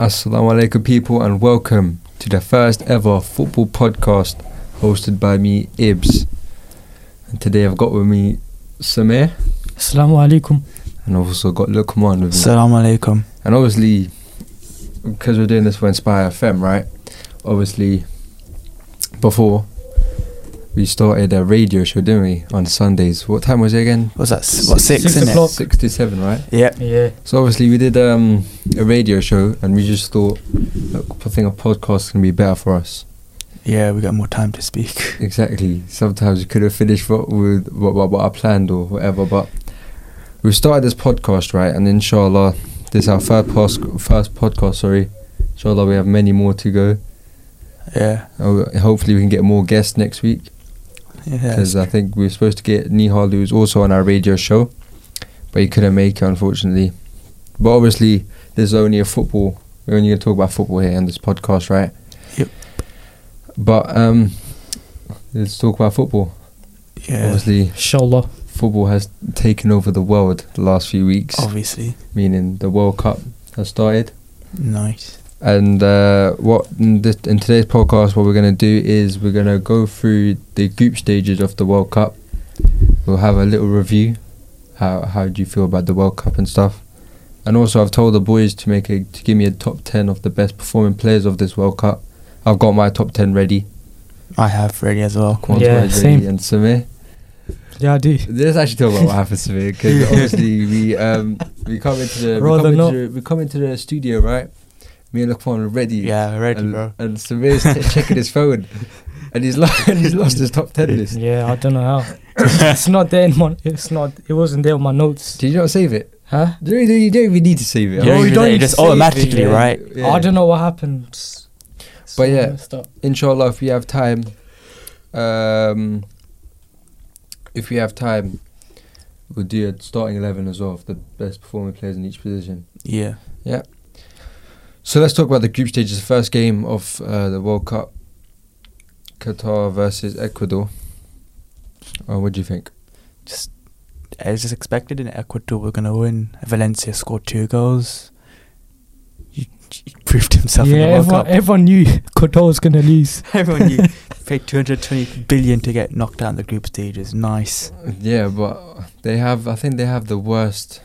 Assalamu alaikum, people, and welcome to the first ever football podcast hosted by me, Ibs. And today I've got with me Samir Assalamu alaikum. and I've also got Lukman with me. Salam alaikum. and obviously, because we're doing this for Inspire FM, right? Obviously, before we started a radio show, didn't we, on Sundays? What time was it again? What's that? s- What six, Six isn't o'clock. Six to seven, right? it? Yep. Yeah. So obviously we did um, a radio show, and we just thought, look, I think a podcast can be better for us. Yeah, we got more time to speak. Exactly. Sometimes we could have finished what we what, what, what I planned or whatever, but we started this podcast right, and inshallah, this is our third pos- first podcast. Sorry, inshallah, we have many more to go. Yeah. Oh, Hopefully, we can get more guests next week Yeah. because I think we were supposed to get Nihal, who's also on our radio show, but he couldn't make it unfortunately. But obviously, this is only a football. We're only going to talk about football here on this podcast, right? Yep. But um, let's talk about football. Yeah. Obviously. Obviously, Inshallah. football has taken over the world the last few weeks, meaning the World Cup has started. Nice. And uh, what in, this, in today's podcast, what we're gonna do is we're gonna go through the group stages of the World Cup. We'll have a little review. How how do you feel about the World Cup and stuff? And also, I've told the boys to make a to give me a top ten of the best performing players of this World Cup. I've got my top ten ready. I have ready as well. Quan's Yeah, got his same. And Samir. Yeah, I do. Let's actually talk about what happened to me because obviously we um we come into the we Rather come not. into, the- we come into the studio right. Me and Lukman are ready. Yeah, ready, and, bro. and Samir's t- checking his phone, and he's lo- and he's lost his top ten list. Yeah, I don't know how. it's not there in my. It's not. It wasn't there in my notes. Did you not save it? Huh? Do you, do you don't even need to save it. You don't Oh, even- it need to just save it, automatically, yeah. right? Yeah. I don't know what happened. It's- it's But all yeah. messed up. Inshallah, if we have time, um, if we have time, we'll do a starting eleven as well of the best performing players in each position. Yeah. So let's talk about the group stages. The first game of uh, the World Cup, Qatar versus Ecuador. Uh, what do you think? Just as just expected in Ecuador, we're gonna win. Valencia scored two goals. He, he proved himself in the Yeah, World everyone, Cup. everyone knew Qatar was gonna lose. Everyone you paid 220 billion to get knocked out in the group stages. Nice. Yeah, but they have. I think they have the worst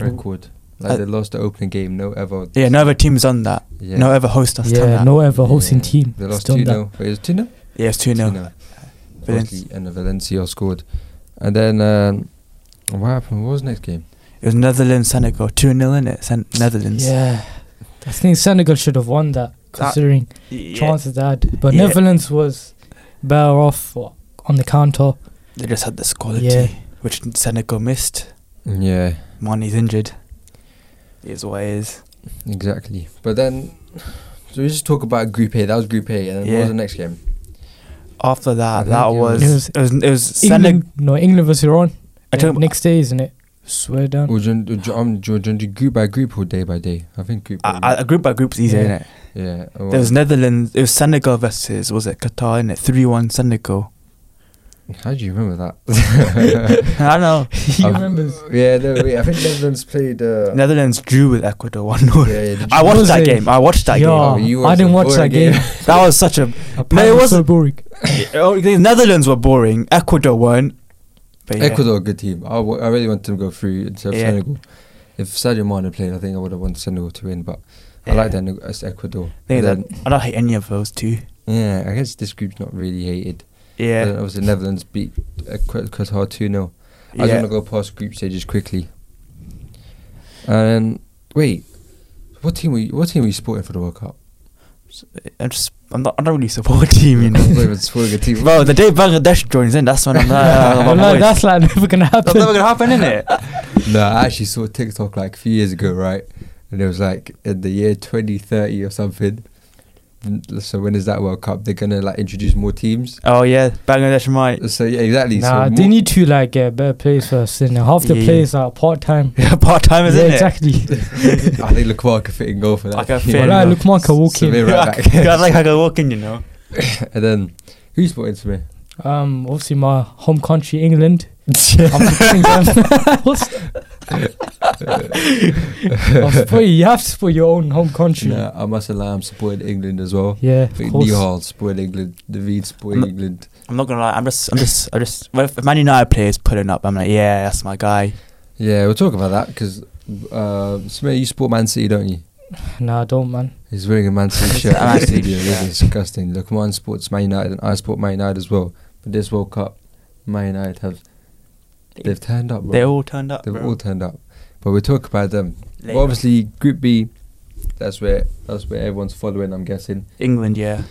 record. Like Uh, they lost the opening game. No ever. Yeah, no other team's done that. Yeah. No other host has done yeah, that. no ever hosting Yeah, team. They has lost done two that. 0 Wait, is two 0 Yeah, it's 2 0. Valencia and Valencia scored, and then um, what happened? What was next game? It was Netherlands, Senegal. 2 0 in it. Sen- Netherlands. Yeah, I think Senegal should have won that, considering Yeah. chances they had. But Yeah. Netherlands was better off uh, on the counter. They just had this quality, Yeah. which Senegal missed. Yeah, Mani's injured. It Is what it is. exactly. But then, so we just talk about Group A. That was Group A, and then what Yeah. was the next game? After I that, think that it was it was- was it was, Senegal. England, no, England versus Iran. I Yeah, don't next day, isn't it? Swear down. Or do you, do, you, um, do, you, do you do group by group or day by day? I think group. by I, I, group by group's easier, Yeah. isn't it? group. yeah. oh, There was Netherlands. It was Senegal versus was it Qatar in it three one Senegal. How do you remember that? I don't know. he Um, remembers. yeah, no, wait, I think Netherlands played. Uh, Netherlands drew with Ecuador one 0 yeah, yeah, did I you- watched that it? game. I watched that game. yeah, Oh, you I watched didn't the watch that boring game. That was such a. Apparently it's so wasn't- boring. oh, the Netherlands were boring. Ecuador weren't. But yeah. Ecuador, a good team. I, w- I really want them to go through instead of Yeah. Senegal. If Sadio Mane played, I think I would have wanted Senegal to win, but I Yeah. like that as Ecuador. They- And that- I don't hate any of those two. yeah, I guess this group's not really hated. Yeah. And then obviously, Netherlands beat uh, Qu- Qatar 2 0. I yeah. just want to go past group stages quickly. And wait, what team were you, what team were you supporting for the World Cup? I'm just, I'm not, I don't really support a team, you I'm not know. even supporting a team. Bro, the day Bangladesh joins in, that's when I'm like, Well, no, that's like never gonna Uh, that's happen. never gonna happen, innit? No, I actually saw TikTok like a few years ago, right? And it was like in the year 2030 or something. Mm, So when is that World Cup? They're gonna like introduce more teams. Oh yeah, Bangladesh might. So yeah, exactly. so Nah, more- they need to like get better players first. And half the Yeah. players are part time. Yeah, part time is yeah, in exactly. I think Lukaku could fit in goal for that. Like a Yeah. fair Alright, enough. Lukman can walk So in. they're it. right back. like I could walk in, you know. and then who's supporting to me? Um, obviously my home country, England. I'm supporting them. What's- I'm supporting- you have to support your own home country. Nah, I must allow I'm supporting England as well. Yeah, of course. Nihal supporting England. David supporting I'm- England. I'm not gonna lie. I'm just, I'm just, I just. Well, if Man United players pulling up, I'm like, yeah, that's my guy. Yeah, we'll talk about that because uh, Samir, you support Man City, don't you? Nah, I don't man. He's wearing a Man City shirt. I'm I'm actually- video. This yeah. is disgusting. Look, Man supports Man United, and I support Man United as well. But this World Cup, Man United have they've turned up. Bro. They all turned up. they've bro. all turned up. But we'll talk about them. Later. Well, obviously, Group B. That's where that's where everyone's following. I'm guessing England, yeah,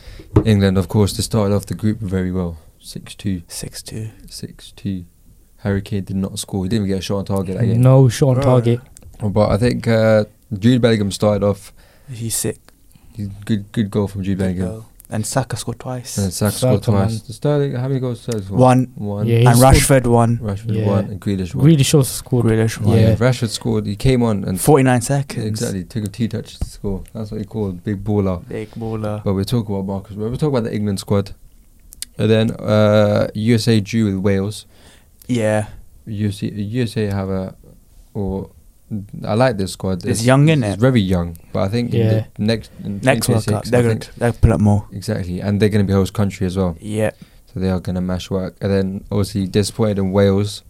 England, of course, they started off the group very well. 6-2, six two. 6-2. Harry Kane did not score. He didn't even get a shot on target that game. No shot on Bruh. target. But I think uh, Jude Bellingham started off. He's sick. Good, good goal from Jude Good Bellingham. goal. And Saka scored twice. And Saka scored Saka, twice. Sterling, how many goals? did Sterling score? One. One. Yeah, he And scored- Rashford won. Rashford Yeah. one and Grealish one. Really short scored. Grealish Oh, won. yeah. Yeah. Rashford scored. He came on and 49 seconds. exactly took a two touches to score. That's what he called big baller. Big baller. But we'll talk about Marcus. We'll talk about the England squad. And then uh, USA drew with Wales. Yeah. USA, USA have a or I like this squad. It's young, innit? It's very young, but I think in Yeah. the next in Next World Cup, 2026, they're I going think- to they'll pull up more. exactly, and they're going to be host country as well. Yeah. So they are going to mash work. And then obviously disappointed in Wales.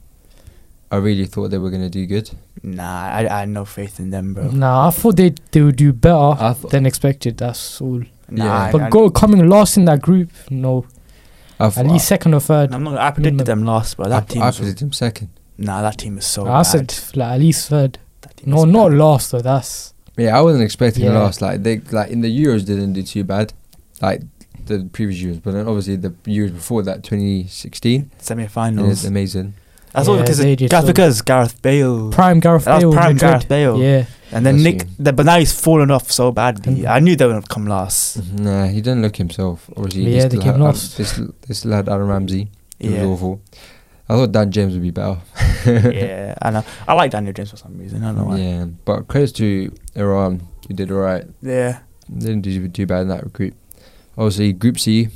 I really thought they were going to do good. Nah, I, I had no faith in them, bro. Uh, Nah, I thought they Oh, they would do better I thought than expected. That's all. Nah, Yeah. I, but I, go coming last in that group, no. I At thought- least second or third. I'm not, I predicted them last, bro. That I, I team. predicted him second. Nah, that team is so I bad. said like at least third. That team No, is not bad. last though. That's Yeah, I wasn't expecting Yeah. last. Like they like in the Euros they didn't do too bad, like the previous Euros. But then obviously the Euros before that, 2016, is semi-finals. amazing. That's all Yeah, because they did that's so- because Gareth Bale. prime Gareth That was Bale. prime Madrid. Gareth Bale. Yeah, And then Bless Nick, you. th- but now he's fallen off so badly. Mm. I knew they would come last. Nah, he didn't look himself. Obviously, Mm-hmm. Yeah, they still came had, last. They still, they still had Aaron Ramsey. It Yeah, was awful. I thought Dan James would be better. yeah. I know. I like Daniel James for some reason. I don't know why. Yeah, yeah, but credits to Iran, who did alright. yeah. They didn't do too bad in that group. Obviously, Group C.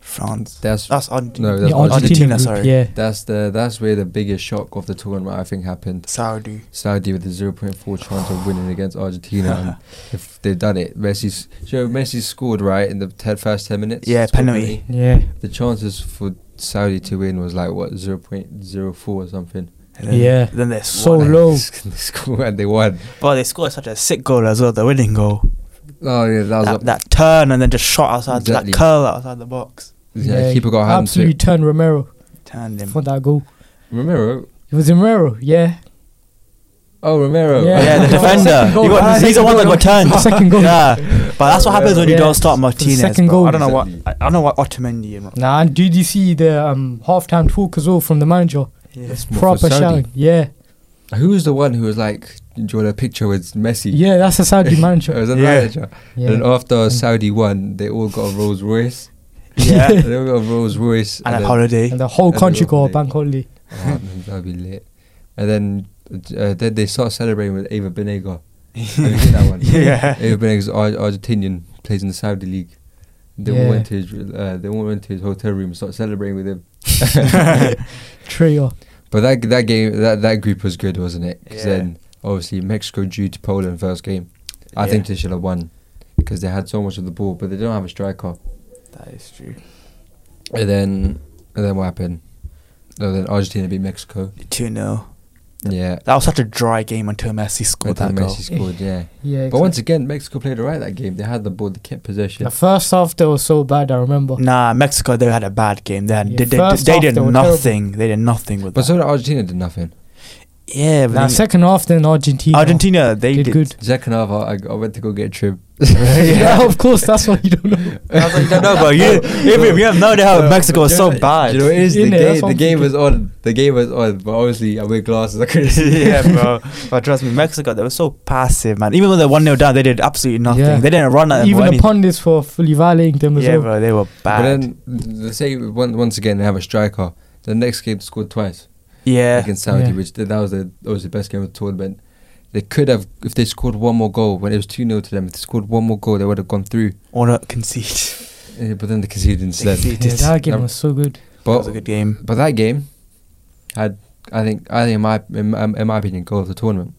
France. That's That's odd. No, that's yeah Argentina Argentina. sorry. Group, yeah, that's the that's where the biggest shock of the tournament I think happened. Saudi. Saudi with a 0.4 chance of winning against Argentina. and if they've done it, Messi's so Messi scored right in the te- first 10 minutes. Yeah, Scored penalty. yeah, The chances for Saudi to win was like what 0.04 or something. And then- Yeah. Then they're So so. lo- Low. they scored and they won. But they scored such a sick goal as well. The winning goal. Oh yeah, that was That, up. that turn and then just shot outside. Exactly. That curl outside the box. yeah, keeper got hand to absolutely it. turn Romero Turned him. for that goal. Romero. It was Romero. Yeah, Oh Romero. Yeah. Yeah, the defender. Second goal. You got, Ah, he's the one that got turned. second goal. Yeah, but that's what happens when you Yeah. don't start Martinez. second bro. goal. I don't know what I, I don't know what Otamendi and Nah, and did you see the um, halftime talk as well from the manager? yeah. Well, for Proper Saudi. shouting. Yeah, Who was the one who was like, "Do you want a picture with Messi?" yeah, that's a Saudi It manager. was a Yeah. manager. And Yeah, after Saudi won, they all got a Rolls Royce. yeah. they all got a Rolls Royce. and a then- holiday. and the whole And they country were got a playing. bank holiday. Oh, man, that'd be lit. And then uh, then they start celebrating with Ava Benega. Have you seen that one? Yeah. Ava Benega's Ar- Argentinian plays in the Saudi league. They all went to his uh, they all went to his hotel room and started celebrating with him. Trio. But that that game that that group was good, wasn't it? 'Cause Yeah. then obviously Mexico drew to Poland first game. I Yeah. think they should have won because they had so much of the ball, but they don't have a striker. That is true. And then and then what happened? No, then Argentina beat Mexico. 2 0. Yeah. That was such a dry game until Messi scored Until that goal. Messi scored, yeah. Yeah, But once again, Mexico played alright that game. They had the ball, they kept possession. the first half they were so bad. I remember. Nah, Mexico, they had a bad game. They, had, Yeah, they, they, first they half did they were nothing. They did nothing with But that. so did Argentina did nothing. yeah, but Now then second half then Argentina. Argentina, they did, did. good. Second half, I, I went to go get a trip. yeah, of course. That's why you don't know. I was like, no, no, bro. You, you, you have no idea how Mexico was so bad. You know, it is the Isn't it? game. That's what The I'm game was on. The game was on. But obviously, I wear glasses. I couldn't see. yeah, bro. But trust me, Mexico, they were so passive, man. Even when they 1 0 down, they did absolutely nothing. Yeah. They didn't run at them Even or the anything. pundits for fully violating them as Yeah, well. bro, they were But bad. then they say one, once again they have a striker. The next game they scored twice yeah. against Saudi, Yeah. which that was the that was the best game of the tournament. They could have if they scored one more goal when it was two 0 to them. If they scored one more goal, they would have gone through. Or not concede. Yeah, but then they conceded instead. They Yeah, did. that game Um, was so good. That was a But good game. but that game had I think I think in my in, my- in my opinion goal of the tournament.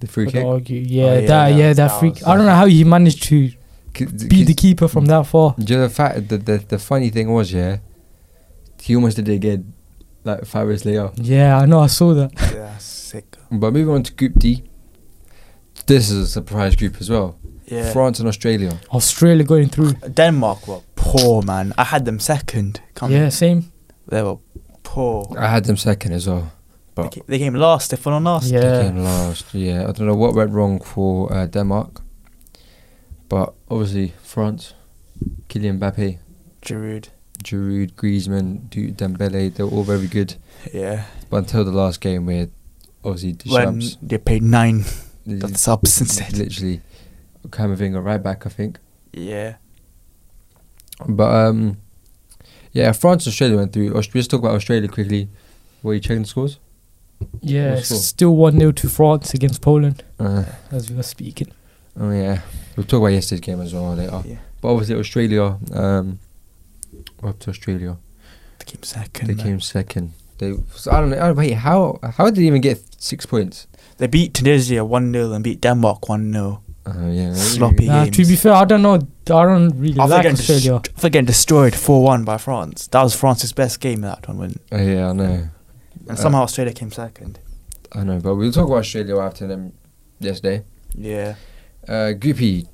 The free I'd kick. argue. Yeah, Oh, yeah, that that- yeah that, that freak. was- I don't know how he managed to C- c- beat the keeper from that far. Do you know the fact the, the the funny thing was yeah, he almost did it again, like five minutes later. Yeah, I know. I saw that. yeah, sick. But moving on to Group D. This is a surprise group as well. Yeah. France and Australia. Australia going through. Denmark were poor, man. I had them second. Can't Yeah, same. They were poor. I had them second as well. They, ca- they came last. They fell on last. They Yeah. came last. Yeah, I don't know what went wrong for uh, Denmark, but obviously France, Kylian Mbappe, Giroud. Giroud, Griezmann, Du- Dembele, they're all very good. Yeah. But until the last game, where obviously When Deschamps, they paid nine l- of the subs instead. literally, Camavinga right back, I think. Yeah. But um, yeah, France Australia went through. Aust- Let's talk about Australia quickly. Were you checking the scores? Yeah, What's it's for? still one 0 to France against Poland Uh, as we were speaking. oh yeah, we'll talk about yesterday's game as well later. Yeah. But obviously Australia, um, up to Australia. They came second. They man. came second. They so I don't know. oh, Wait, how how did they even get six points? They beat Tunisia 1 0 and beat Denmark 1 0. Oh yeah, Sloppy. Nah, to be games. fair, I don't know. I don't really After like getting, dest- Australia. after getting destroyed 4 1 by France. That was France's best game in that tournament. Oh, yeah, I know, And Uh, somehow Australia came second. I know. But we'll talk about Australia after them yesterday. Yeah. Uh, group E.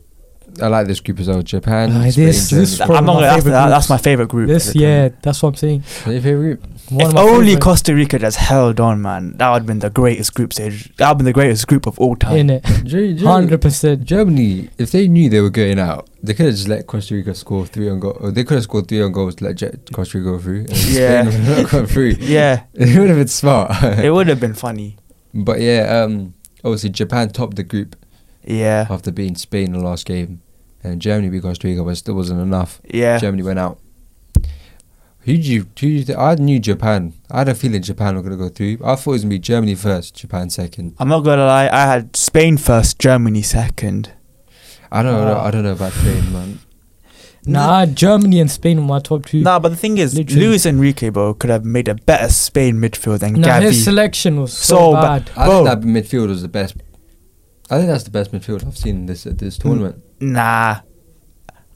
I like this group as well. Japan. Ah, it Spain, is- this is Germany. Probably I'm not my gonna. That's, favourite that, that's groups. my favorite group. This, yeah, that's what I'm saying. Your favorite group? One if of my only favourite, Costa Rica just held on, man, that would have been the greatest group stage. That would have been the greatest group of all time. in it, Ger- Ger- hundred percent. Germany. If they knew they were getting out, they could have just let Costa Rica score three on goal. Or they could have scored three on goals to let Je- Costa Rica go through. and Spain Yeah. would have not gone through. yeah, It would have been smart. it would have been funny. but yeah, um, obviously Japan topped the group. Yeah, after beating Spain in the last game, and Germany beat Costa Rica, but it still wasn't enough. yeah. Germany went out. Who do you? Who do you think? I knew Japan. I had a feeling Japan were gonna go through. I thought it was gonna be Germany first, Japan second. I'm not gonna lie. I had Spain first, Germany second. I don't know. Ah. I don't know about Spain, man. Nah, Germany and Spain were my top two. Nah, but the thing is, Literally. Luis Enrique, bro, could have made a better Spain midfield than Nah, his Gavi. selection was so, So ba- bad. I Bro. think that midfield was the best. I think that's the best midfield I've seen this at Hmm. this tournament. Nah.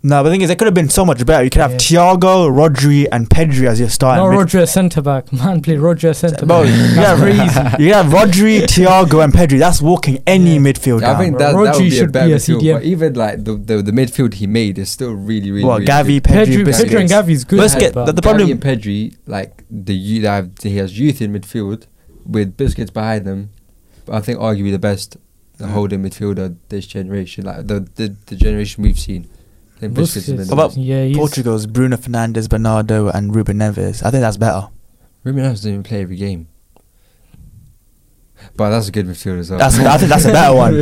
Nah, but the thing is, it could have been so much better. You could have Yeah. Thiago, Rodri, and Pedri as your starting. No, mid- Roger at centre back. Man, play Roger at centre Bro, back. you That's have, crazy. you have Rodri, Thiago, and Pedri. That's walking any Yeah. midfield down. I think bro. that, that Rodri would be a should better be a midfield. CDM. But even like the, the the midfield he made is still really really. What, really Gavi, good. Pedri, Pedri, Busquets. Pedri and Gavi's good. Let's get but- the- the the problem problem- and Pedri, like the youth, I have, he has youth in midfield with biscuits behind them. But I think arguably the best Hmm. holding midfielder this generation, like the the, the generation we've seen. I think biscuits has Busquets. been. How about yeah, he's- Portugal's Bruno Fernandes, Bernardo, and Ruben Neves. I think that's better. Ruben Neves doesn't even play every game. But that's a good midfield as well. That's, I think that's a better one.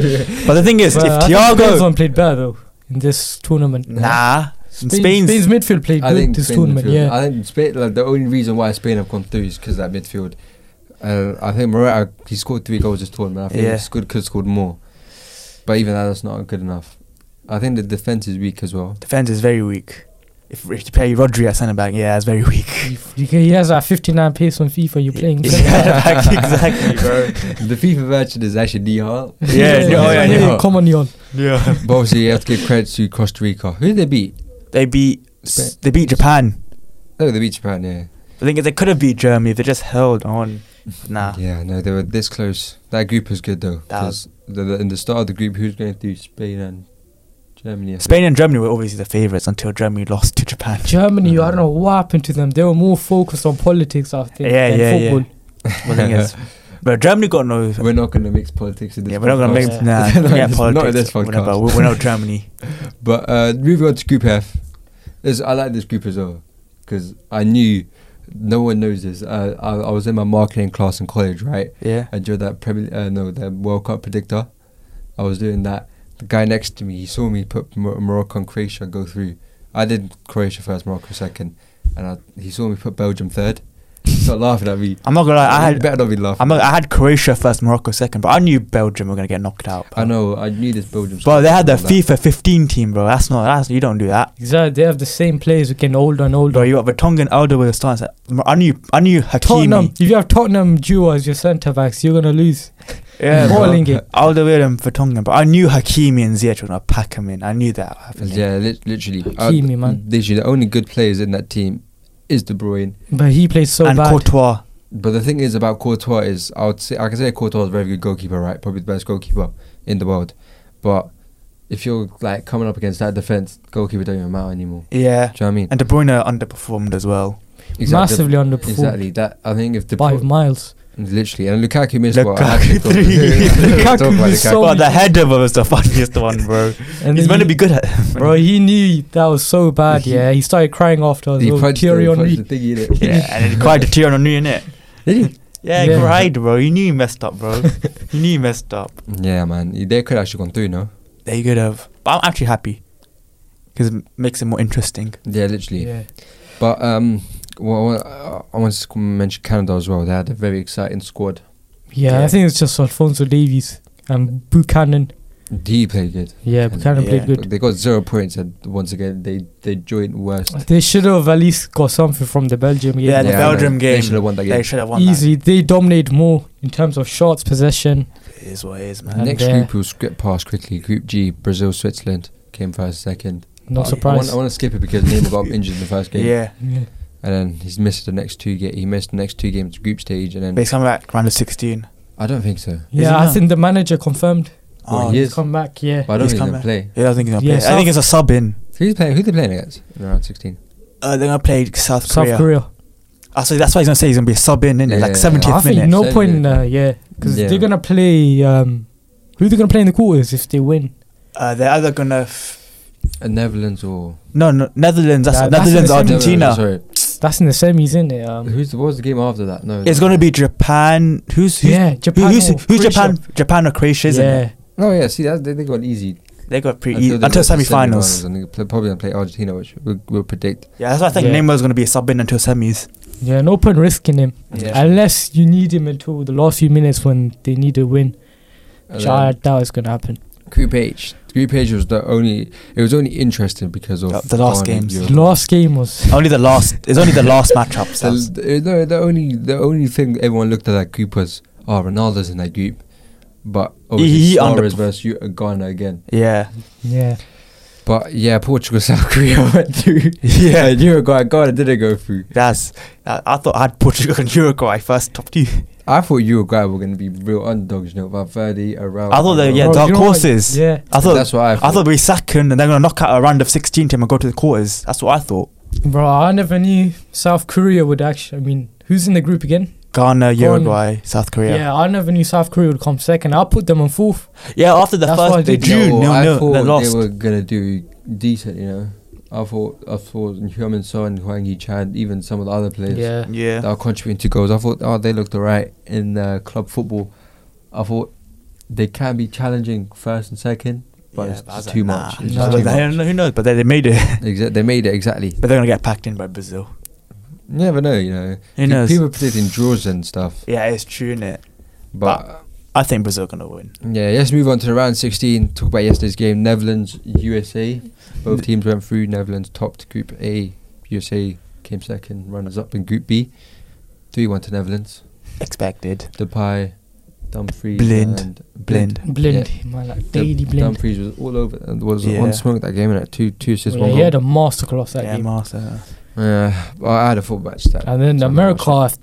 But the thing is, Well, I if think Thiago, Benzema played better though in this tournament. nah, Spain- Spain's, Spain's midfield played I good think this Spain tournament. midfield- Yeah, I think Spain, like, the only reason why Spain have gone through is because that midfield. Uh, I think Morata he scored three goals this tournament. I think Yeah. he scored, could have scored more, but even that, that's not good enough. I think the defense is weak as well. defense is very weak. If, if you play Rodri at centre back, yeah, it's very weak. You can- he has that 59 pace on FIFA. You're playing. Yeah, centre back. exactly, bro. the FIFA version is actually Nihal. Yeah, yeah, yeah, yeah. Come on, Leon. Yeah. but obviously you have to give credit to Costa Rica. Who did they beat? They beat Spain. they beat Japan. No, they beat Japan. Yeah, The thing is, they could have beat Germany. if They just held on. Nah. yeah. No, they were this close. That group was good though. Ah. That 'cause the, the, in the start of the group, who's going through Spain and Germany? I think. Spain and Germany were obviously the favourites until Germany lost to Japan. Germany, I don't know what happened to them. They were more focused on politics, I think, Yeah, than yeah, yeah. football. Well, the thing is, but Germany got no We're not going to mix politics in this. Yeah, we're not gonna make podcast. podcast. nah, Not yeah, in this- politics. Not in this We're not- podcast. we're not Germany. But uh, moving on to Group F, this, I like this group as well because I knew no one knows this. Uh, I, I was in my marketing class in college, right? Yeah. I drew that Premier, uh, no, the World Cup predictor. I was doing that. The guy next to me, he saw me put Mor- Morocco and Croatia go through. I did Croatia first, Morocco second, and I, he saw me put Belgium third. stop laughing at me. I'm not gonna lie. I you had better not be laughing. I'm not, I had Croatia first, Morocco second, but I knew Belgium were gonna get knocked out. I know. I knew this Belgium. But squad they had the was like FIFA 15 team, bro. That's not. That's you don't do that. Exactly. They have the same players who can older and older. Bro, you got Vertonghen, Alderweireld, starting. set. I knew. I knew Tottenham. Hakimi. If you have Tottenham duo as your centre backs, you're gonna lose. Yeah, bro. bro. Balling it. Alderweireld and Vertonghen, but I knew Hakimi and Ziyech were gonna pack him in. I knew that. happening. Yeah, lit literally. Uh, Hakimi, man. Literally, the only good players in that team is De Bruyne. But he plays so and bad. Courtois. But the thing is about Courtois is I would say I can say Courtois is a very good goalkeeper, right? Probably the best goalkeeper in the world. But if you're like coming up against that defense, goalkeeper don't even matter anymore. Yeah, Do you know what I mean? and De Bruyne underperformed as well. Massively underperformed. Exactly. That I think if De Five Bruyne, miles. literally and Lukaku missed Lukaku what I had to talk- three. Lukaku Lukaku talk about missed Lukaku. so but many- the header was the funniest one, bro. And He's then meant to he- be good at. Him. Bro, he knew that was so bad. He- yeah, he started crying after. He He punched the- teary he on punched me. the thing, innit? yeah, and it quite deter on you, innit? Did Yeah. Yeah, yeah, cried, bro. You knew you messed up, bro. you knew you messed up. he? Yeah, man. They could have actually gone through, no? They could have. But I'm actually happy because it makes it more interesting. Yeah, literally. Yeah. But um, well, well, uh, I want to mention Canada as well. They had a very exciting squad. yeah, I Yeah. think it's just Alfonso Davies and Buchanan. He played good. Yeah, Buchanan Yeah. played good. They got zero points, and once again, they they joined worst. They should have at least got something from the Belgium game. Yeah, the I know. Belgium They game, should have won that game. They should have won. Easily, they dominated more in terms of shots, possession. That. It is what it is, man. And Next there- group, we'll skip past quickly. Group G: Brazil, Switzerland came first, second. Not Oh, I- I want, surprised. I want to skip it because Neymar got injured in the first game, Yeah, Yeah. and then he's missed the next two. Ga- he missed the next two games of group stage, and then but he's coming back round of 16. I don't think so. he Yeah, I not? think the manager confirmed. Well, Oh, he yeah. is, but Come back, yeah. I don't He's think he's come gonna back. play. I think he's gonna Yeah, play. I think South- it's a sub in. Who's playing? Who they playing against in round sixteen? Uh, they're gonna play South South Korea. Korea. I so Ah, that's why he's gonna say he's gonna be a sub in, innit? Yeah, like yeah, 70th I think minute. no Send point it. in uh, yeah, because Yeah. they're gonna play. Um, who they gonna play in the quarters if they win? Uh, they're either gonna. F- Uh, Netherlands or no, no, Netherlands. That's Yeah, that's Netherlands. the same- Argentina. Sorry, That's in the semis, isn't it? Um, who's what was the game after that? No, It's gonna be Japan. Who's who's yeah, who- Japan. who's, or who's Croatia. Japan? Japan or Croatia? Isn't yeah, it? Oh yeah, see that they, they got easy They got pretty e- they until, got to until the semi-finals. and they play, probably gonna play Argentina, which we'll, we'll predict. Yeah, that's why I think Yeah. Neymar's gonna be a sub in until semis. yeah. No point risking him Yeah. unless you need him until the last few minutes when they need a win. And Which I then doubt is gonna happen. Group H, Group H was the only. It was only interesting because of Uh, the last Ghana and games. Europe. Last game was Only the last. It's only the last matchup. The, So the- no, the only the only thing everyone looked at that group was oh Ronaldo's in that group, but obviously he Suarez underperf- versus U- Ghana again. yeah, yeah. But yeah, Portugal South Korea went through. Yeah. and Uruguay Ghana didn't go through. that's. I, I thought I had Portugal and Uruguay first top two. I thought Uruguay were going to be real underdogs, you know, about thirty around. I thought they- yeah, Bro, dark you know what? horses. Yeah, I thought that's what I I thought. thought we'd be second, and they're gonna knock out a round of 16 team and go to the quarters. That's what I thought. bro. I never knew South Korea would actually. I mean, who's in the group again? Ghana, Uruguay, South Yeah, Korea. Yeah, I never knew South Korea would come second. I put them on fourth. after the That's why first, they they drew No, nil I nil. thought They lost. they were gonna do decent, you know. I thought I thought Heung-min So and Huang Yi Chan, even some of the other players Yeah, that yeah, are contributing to goals. I thought, oh, they looked alright in uh, club football. I thought they can be challenging first and second, but Yeah, it's but I was too like, much. nah. It's No. just But too they- much. who knows? But they, they made it. Exa- they made it exactly. But they're gonna get packed in by Brazil. You never know, you know. Who knows? People predicting draws and stuff, yeah, it's true, innit? but. I think Brazil gonna win. Yeah, let's move on to the round 16. Talk about yesterday's game, Netherlands USA. Both teams went through. Netherlands topped Group A. USA came second, runners up in Group B. Three-one to Netherlands. Expected. Depay, Dumfries, Blind. and Blind. blind. Man, like Dum- daily blind. Dumfries was all over. And was Yeah. on smoke that game and at two, two assists, Yeah, one he had a goal. masterclass that Yeah, game. Martha. Yeah, well, I had a full match that. And then so I'm not America, if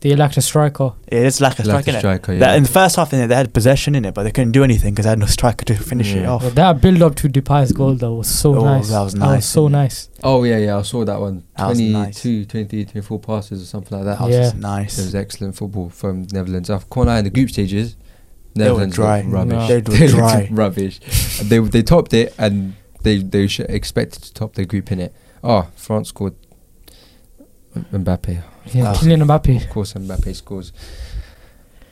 they lacked a striker. Yeah, it's like a sure. Like striker. a innit? striker, yeah. That, in the first half, innit, they had possession in it, but they couldn't do anything because they had no striker to finish it Yeah. Well, off. that build up to Depay's goal though was so Oh, nice. that was That was nice, so isn't it? nice. oh yeah, yeah, I saw that one. That was 22, nice. 23, 24 passes or something like that. That was Yeah. just It was nice. excellent football from Netherlands. I've caught an eye in the group stages. They were Netherlands dry. looked rubbish. They were looked dry. rubbish. And they they topped it and they they should expected to top their group in it. Oh, France scored. Mbappe, Yeah, Wow. Kylian Mbappe. of course, Mbappe scores.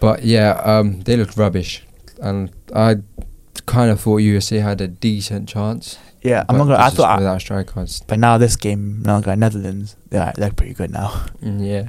But yeah, um, they looked rubbish, and I kind of thought USA had a decent chance. Yeah, I'm but not gonna. I just thought, I, without strikers. but now this game, now got Netherlands. They're they're pretty good now. Mm, Yeah,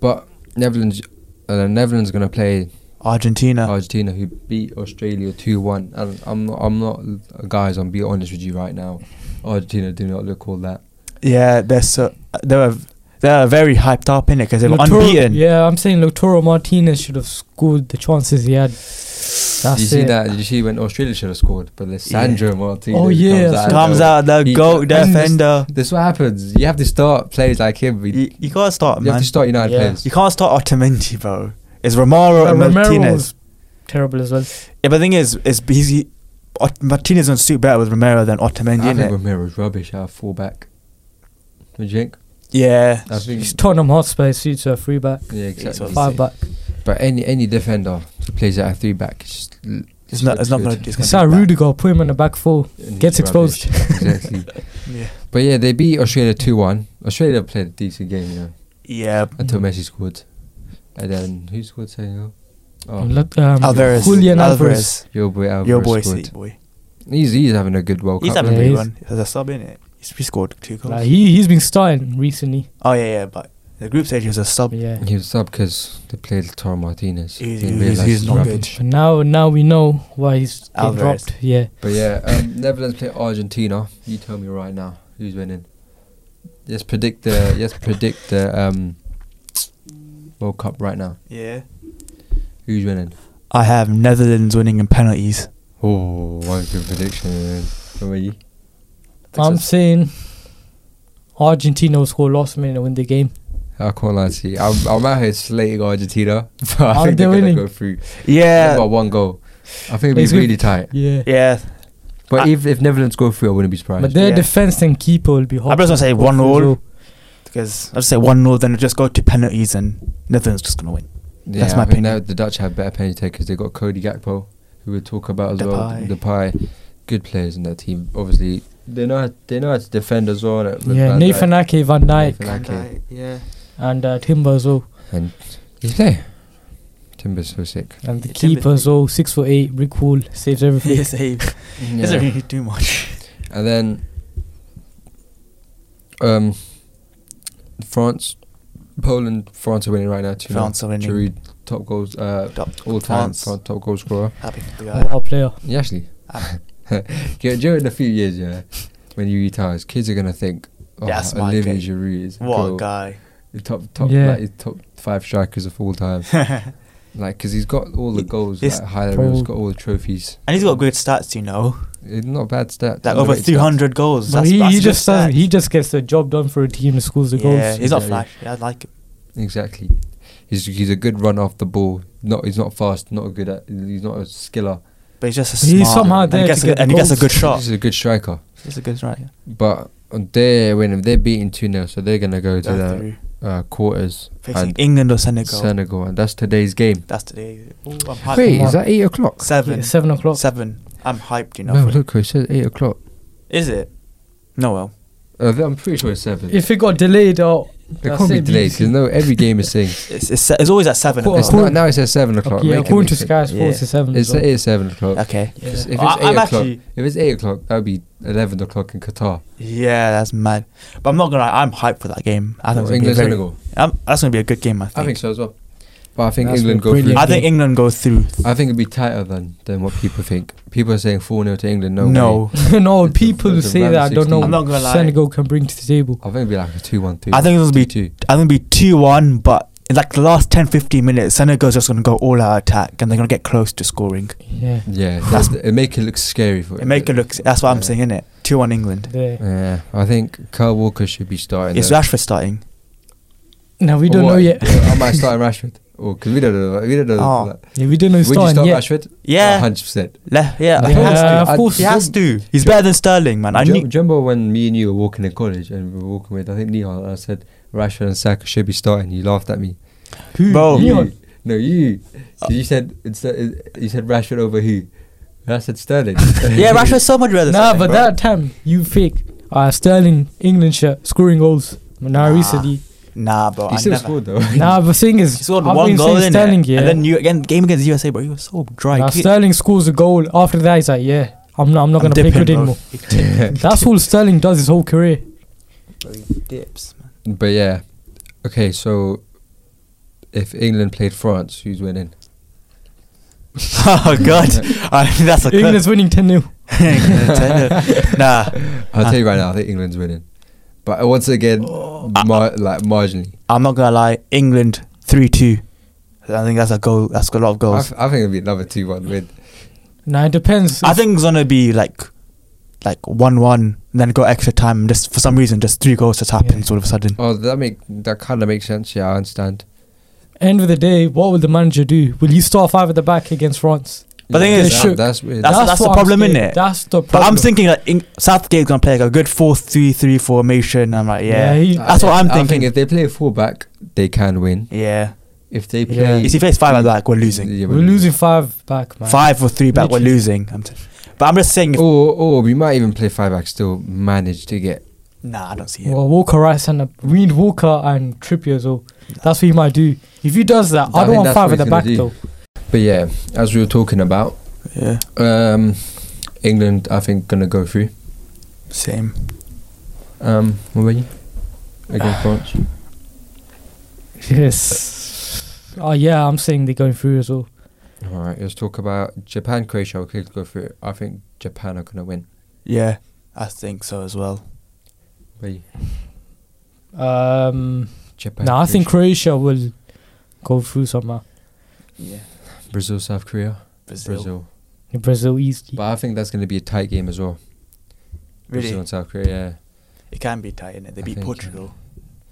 but Netherlands, uh, Netherlands gonna play Argentina. Argentina, who beat Australia two one. And I'm not, I'm not, guys. I'm being honest with you right now. Argentina do not look all that. Yeah, they're so they were they were very hyped up in it because they were Lautaro- unbeaten. Yeah, I'm saying Lautaro Martinez should have scored the chances he had. That's Did you see it. that? Did you see when Australia should have scored? But Lissandro Martinez Oh, yeah, comes out. Comes out the He- goat I understand. defender. This is what happens. You have to start players like him. You, You, you gotta start, you man. have to start United Yeah. players. You can't start Otamendi, bro. It's Romero Uh, and Romero Martinez. was terrible as well. Yeah, but the thing is, is busy. Ot- Martinez don't suit better with Romero than Otamendi, I think innit? Romero's rubbish at fullback. Would you think? Yeah. I think. He's Tottenham Hotspur suits a three back, Yeah, exactly. He's five back. But any any defender who plays at a three back, it's just l- It's not. It's not good. gonna. It's It's gonna like be bad. Rudiger, put him in the back four. And Gets he's rubbish. exactly. Yeah. But yeah, they beat Australia two one. Australia played a decent game, you know, Yeah. until Mm. Messi scored, and then who scored second goal? Oh, Look, um, Alvarez. Julian Alvarez. Alvarez. your boy Alvarez Your boy, scored. C boy. He's he's having a good World He's Cup. having a Yeah, big he's- one. There's a sub in it. He's he scored two goals. Like, he he's been starting recently. oh yeah, yeah. But the group stage he was a sub. Yeah. He was up because they played Toro Martinez. He's- They he's- realised he's not rubbish. good. But now now we know why he's getting Alvarez. dropped. Yeah. But yeah, um, Netherlands play Argentina. You tell me right now who's winning. Yes, predict the yes predict the um, World Cup right now. Yeah. Who's winning? I have Netherlands winning in penalties. Oh, one good prediction. What were you? I'm saying Argentina will score last minute and win the game. I can't lie to you. I'm, I'm out here slating Argentina, but I Aren't think they they're winning? gonna go through. Yeah, Yeah. by one goal. I think it'll It's be good. really tight. Yeah. Yeah. But I- if if Netherlands go through, I wouldn't be surprised. But their Yeah. defense and keeper will be hot. I'm just gonna say hot one for all. Brazil. because I'll just say one 0 then just go to penalties and Netherlands just gonna win. Yeah, That's I my think opinion. now the Dutch have better penalty takers. They got Cody Gakpo, who we'll talk about as Depay. well. Depay, good players in that team. Obviously, they know how, they know how to defend as well. innit? With Yeah, Van Nathan Dijk. Ake, Van Dijk, Nathan Ake. Yeah. and uh, Timber as well, and he's there. Timber's so sick. and the Yeah, Timber. keeper as well. Six foot eight, Rick Wall saves everything. Yes, he doesn't really do much. And then, um, France, Poland, France are winning right now. Two France are winning. Giroud, top goals, uh, Top all time France. fran- top goal scorer. Happy for the guy. Wow, player. Yeah, actually, Ah. Dur- during a few years, yeah, when you retire, kids are gonna think, "Oh, That's my Olivier guy. Giroud is What a cool. guy. The top, top, Yeah. like, he's top five strikers of all time, and like because he's got all the He- goals, he's like, highlight reels, prob- got all the trophies. he's got good stats, you know. It's not bad stats. Like not over great stats. 300 goals. But That's, he, that's he good just stats. does, he just gets the job done for a team and scores the yeah, goals. he's not Yeah. flashy. I like him. Exactly. He's he's a good runner off the ball. Not he's not fast. Not good at. He's not a skiller. But he's just a smart. He's somehow and there he gets, to a, get and he gets a goals. good shot. He's a good striker. He's a good right. yeah. But they're winning. They're beating two 0 so they're gonna go to Go the through. uh, quarters. Facing and England or Senegal. Senegal, and that's today's game. That's today. Ooh, I'm hyped. Wait, Come on. is that eight o'clock? seven? Yeah, seven o'clock. Seven. I'm hyped, you know. No, for it. look, it says eight o'clock. Is it? No, well. Uh, I'm pretty sure it's seven. If it got delayed, oh, it can't be delayed because no, every game is saying. It's, it's, se- it's always at seven. Well, it's o'clock. not, now it says seven o'clock. yeah, Make it according to make sense. Sky Sports, Yeah. it's seven. It's, o'clock. it is seven o'clock. Okay. Yeah. 'Cause If it's I- 8 I'm o'clock, actually. if it's eight o'clock, that'll be eleven o'clock in Qatar. Yeah, that's mad. But I'm not gonna. I'm hyped for that game. I think it's gonna be a England, very, Senegal. um, that's gonna be a good game. I think. I think so as well. But I think That's England been go through. brilliant. I, I think England go through. think it'll be tighter than than what people think. People are saying four 0 to England. No, way. no. no, It's the- people who it's the say round that I of don't 16. know I'm not what gonna lie. Senegal can bring to the table. I think it'll be like a two-one, three. I think it'll be. two. I think it'll be two one, but in like the last 10, 15 minutes, Senegal's just gonna go all out attack, and they're gonna get close to scoring. Yeah, Yeah, That's- that's it. Make it look scary for It make it look. That's what I'm Yeah. saying, innit? Two one England. there. Yeah, I think Kyle Walker should be starting. Is there. Rashford starting? Now we Or don't know what? yet. Yeah, I might start in Rashford. Or because we don't know. We don't know. Oh. that. Yeah, we don't know Would who's you starting start yet. Rashford? Yeah. hundred percent. Le- yeah. Yeah. He has to. Yeah, to. of course. He has to. He's better than Sterling, man. I Do you knew. remember when me and you were walking in college and we were walking with I think Neon and I said Rashford and Saka should be starting. You laughed at me. Who? Bro. Leon. You. No, you. 'Cause you said it's, uh, you said Rashford over who? And I said Sterling. Yeah, Rashford's so much better. than Nah, Sterling, but bro. that time you fake uh, Sterling England shirt scoring goals. But Now Nah. recently Nah, bro. he I still never. scored though. Nah, but thing is, He scored I've one been goal saying in Sterling, yeah. and then you again game against USA, bro. You were so dry. Nah, Ki- Sterling scores a goal. After that, he's like, yeah, I'm not, I'm not I'm going to play dipping, good bro. anymore. That's all Sterling does his whole career. Bro, he dips, man. but yeah, okay. So if England played France, who's winning? oh god, I mean, that's a clip. England's winning 10 0. nah, I'll Ah. tell you right now, I think England's winning. But once again, mar- like marginally. I'm not gonna lie. England three two. I think that's a goal. That's got a lot of I, goals. f- I think it'll be another two-one win. Nah, it depends. I think it's gonna be like like one one, then go extra time. Just for some reason, just three goals just happens all of a sudden. Oh, that make that kind of makes sense. Yeah, I understand. End of the day, what will the manager do? Will he start five at the back against France? But yeah, thing is- that- Shoot. that's weird. That's- the what I'm problem, scared. innit? That's the But problem. I'm thinking like Eng- Southgate's gonna play like a good four three three formation. I'm like, yeah, Yeah, he- that's what I'm I think thinking. if they play a fullback, they can win. yeah. If they Yeah. play, If he plays five at back, we're losing. Yeah, we're losing five back, man. Five or three back, we're Literally. Oh. losing. I'm t- but I'm just saying, if, Or or we might even play five back. Still manage to get. nah, I don't see it. Well, Walker right centre. We need Walker and Trippier as well. That's what he might do. If he does that, I I think don't want that's five what at the he's gonna back do. though. But yeah, as we were talking about, Yeah, um, England, I think gonna go through. same. Um, what were you? Against France. Yes. Oh yeah, I'm saying they're going through as well. All right, let's talk about Japan, Croatia. Okay, let's go through. it. I think Japan are gonna win. Yeah, I think so as well. Were you? Um, Japan. no, I think Croatia. Croatia will go through somehow. Yeah, Brazil, South Korea, Brazil. Brazil. Brazil easily. But I think that's gonna be a tight game as well. Brazil Really, and South Korea. Yeah. it can be tight, innit? They I beat think- Portugal.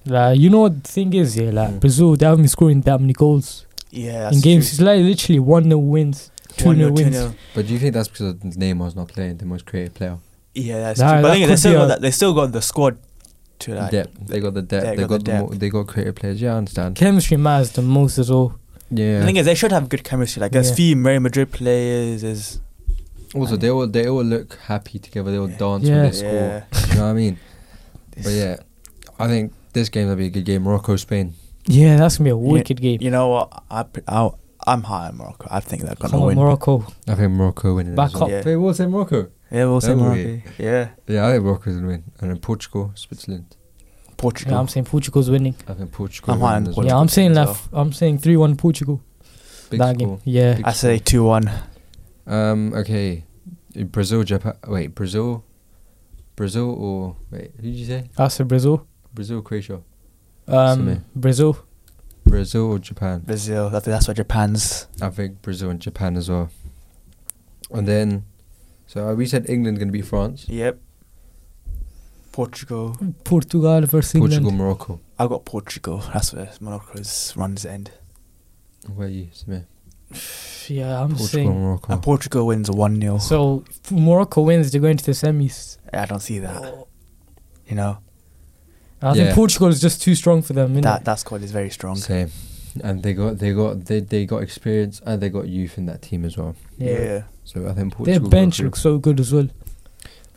Like, you know what the thing is, yeah, like Mm. Brazil, they haven't been scoring that many goals Yeah, in that's games. true. It's like literally 1 0 wins. 2 One 0 nil, two wins. nil. But do you think that's because Neymar's not playing the most creative player? Yeah, that's Nah, true. But that I think could they still be got a- that. They still got the squad to like. depth. They got the depth. they They, got got, the the depth. More, they got creative players. Yeah, I understand. Chemistry matters the most as well. Yeah. The thing is, they should have good chemistry. Like, there's Yeah. few Real Madrid players. Is also, they all they all look happy together. They all Yeah. dance Yeah. when they score. yeah, You know what I mean? But yeah, I think this game will be a good game. Morocco, Spain. Yeah, that's going to be a wicked game. you know what? I, pr- I I'm high on Morocco. I think they're gonna Come on, win. Morocco. I think Morocco winning. Back as well. up. Yeah. They will say Morocco. Yeah, we'll say That would Morocco. Yeah, Yeah, I think Morocco's gonna win. And then Portugal, Switzerland. Portugal. Yeah, I'm saying Portugal's winning. I think Portugal. I'm will high win on as Portugal. yeah, I'm saying as that. I'm saying 3 1 Portugal. Big that score. game. Yeah. Big I say score. two one. Um. Okay. Brazil, Japan. Wait, Brazil. Brazil or wait? Who did you say? I said Brazil. Brazil, Croatia. me. Um, Brazil. Brazil or Japan? Brazil. I think that's what Japan's. I think Brazil and Japan as well. And then, so uh, we said England going to beat France, Yep. Portugal. Portugal versus Portugal, England. Morocco. I got Portugal. That's where Morocco's runs end. Where are you, Samir? Yeah, I'm Portugal, saying. Morocco. And Portugal wins one 0 So if Morocco wins, they're going to the semis. I don't see that. Oh. You know I Yeah. think Portugal is just too strong for them. innit? that that squad is very strong. Same. And they got they got they, they got experience and they got youth in that team as well. yeah. So I think Their Portugal. bench go through. looks so good as well.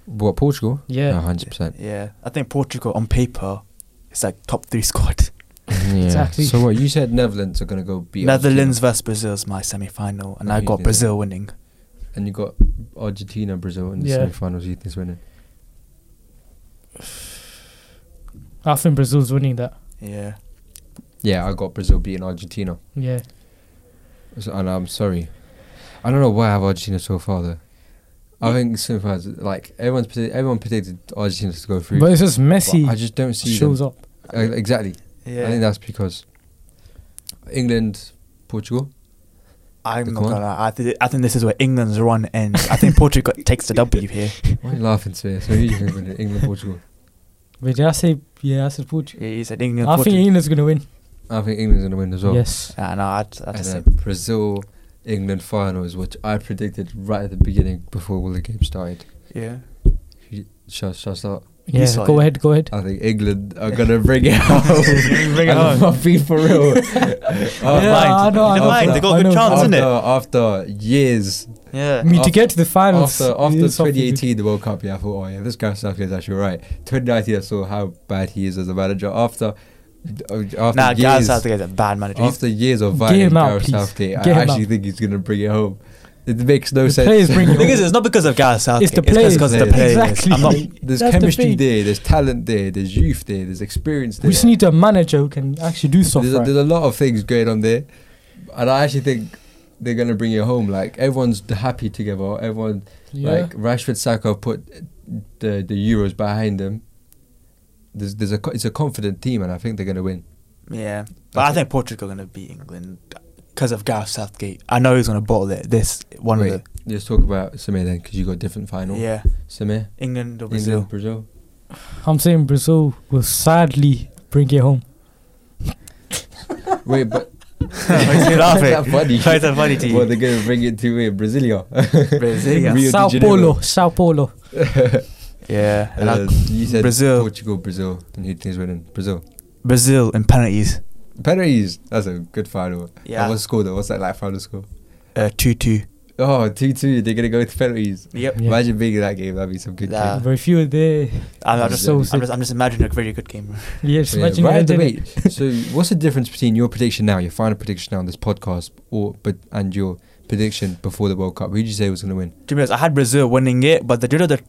What Portugal? Yeah. hundred percent. Yeah. I think Portugal on paper, it's like top three squad. Yeah. Exactly. So what you said? Netherlands are going to go beat Netherlands versus Brazil is my semi final, and Oh, I you got did. Brazil winning. Argentina. and you got Argentina, Brazil in the Yeah. semi-finals. You think is winning? I think Brazil's winning that. Yeah. Yeah, I got Brazil beating Argentina, Yeah. so, and I'm sorry. I don't know why I have Argentina so far though. I think semi-finals like everyone's predict- everyone predicted Argentina to go through. But it's just but Messi I just don't see them. shows up. Uh, exactly. I think Yeah. that's because England, Portugal. I'm not Go on. gonna. lie, I, th- I think this is where England's run ends. I think Portugal takes the W here. Why are you laughing today? So who do you think winning? England, Portugal. But did I say, yeah, I said Portugal. Yeah, you said England. I Portugal. think England's going to win. I think England's gonna win as well. Yes. Ah, no, I'd, I'd And just say then Brazil, England finals, which I predicted right at the beginning before all the game started. yeah. Who- Shall, shall I start? You Yeah, saw go it. ahead, go ahead. I think England are gonna bring it home. Bring it I'm home. not being for real. Never yeah, Oh, mind. I know, I Never know. mind, they got I a good know. chance, after, innit? after years, Yeah. I mean, to After- get to the finals. after after is something good. 2018, the World Cup, yeah, I thought, oh yeah, this guy Southgate is actually right. 2019, I saw how bad he is as a manager. After After nah, Gareth years, Southgate is a bad manager. He's- after years of Get him violence, out, Gareth please. Southgate, I Get him actually think he's gonna bring it home. It makes no The sense. players bring it home. because it's not because of Gareth Southgate. It's, the because of the players. players. Exactly. I'm not. there's That's the chemistry thing. there, there's talent there, there's youth there, there's experience there. We just need a manager who can actually do stuff. there's, a, right. there's a lot of things going on there, and I actually think they're gonna bring it home. Like everyone's happy together. Everyone yeah. like Rashford, Saka put the the Euros behind them. There's there's a co- it's a confident team, and I think they're gonna win. Yeah, but I Okay. think Portugal are going to beat England because of Gareth Southgate. I know he's going to bottle it. This one Wait, of let's talk about Samir then, because you got a different the final. yeah Samir, England or Brazil. England, Brazil. I'm saying Brazil will sadly bring it home. Wait, but Why is he laughing? That's funny. Why is that funny to you? Well, they're gonna bring it to uh, Brasilia. Rio Brazil. de Sao Janeiro. Paulo, Sao Paulo. Yeah, and I- Uh, you said Brazil. Portugal, Brazil, and who do you think's winning? Brazil. Brazil and penalties. Penalties. That's a good final. Yeah. And what's the score though? What's that like final score? Uh, two two. Oh, 2 2. They're going to go with penalties. Yep. Yeah. Imagine being in that game. That'd be some good Nah. game. Very few are there. I'm, I'm I'm just, so I'm sick. just I'm just imagining a very good game. Yeah, just Yeah, imagine right that, at the innit? rate. so, what's the difference between your prediction now, your final prediction now on this podcast, or but and your prediction before the World Cup? Who did you say was going to win? To be honest, I had Brazil winning it, but the you know the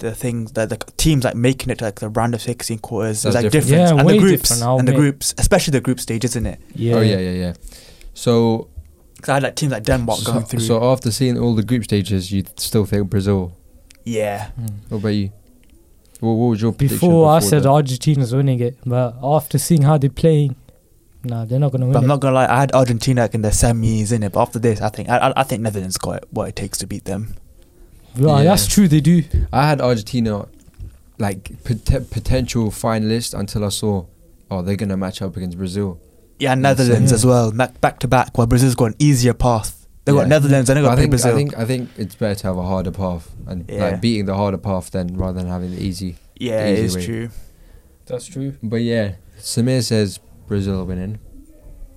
the things that the teams like making it to like the round of sixteen quarters That's is like different. different. Yeah, and way the groups different now, and the mate. groups, especially the group stage, isn't it? Yeah. Oh, yeah, yeah, yeah. So, 'Cause I had like teams like Denmark so, going through. so after seeing all the group stages, you still think Brazil. yeah, Mm. What about you? What, what was your prediction? Before I said that? Argentina's winning it, but after seeing how they're playing, nah, they're not gonna win. but I'm it. not gonna lie, I had Argentina like, in the semis in it, but after this, I think I, I, I think Netherlands got what it takes to beat them. Right, Yeah. That's true. They do. I had Argentina like pot- potential finalist until I saw, oh, they're going to match up against Brazil. Yeah, and Yeah, Netherlands same. as well, ma- back to back. While Brazil's got an easier path, they Yeah. got Netherlands and they But I got think Brazil. I think I think it's better to have a harder path and Yeah. like beating the harder path then rather than having the easy. yeah, easy it is way. true. That's true. But yeah, Samir says Brazil are winning.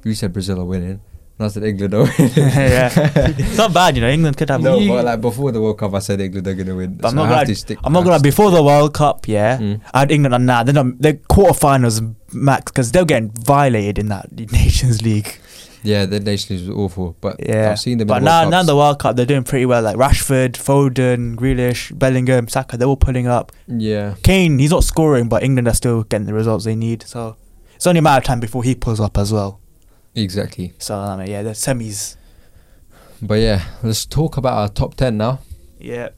You said Brazil are winning. And I said England are winning. yeah, it's not bad, you know. England could have. no, You- but like before the World Cup, I said England are gonna win. But I'm So not I have gonna- to stick. I'm not I gonna have to- before the World Cup, yeah. Mm. I had England on that. They're not they're quarterfinals max because they're getting violated in that Nations League. Yeah, the Nations League was awful, but Yeah, I've seen them. But in the now, World now Cups. the World Cup, they're doing pretty well. Like Rashford, Foden, Grealish, Bellingham, Saka, they're all pulling up. yeah, Kane, he's not scoring, but England are still getting the results they need. So it's only a matter of time before he pulls up as well. exactly. So I mean, yeah, the semis. But yeah, let's talk about our top ten now. Yeah,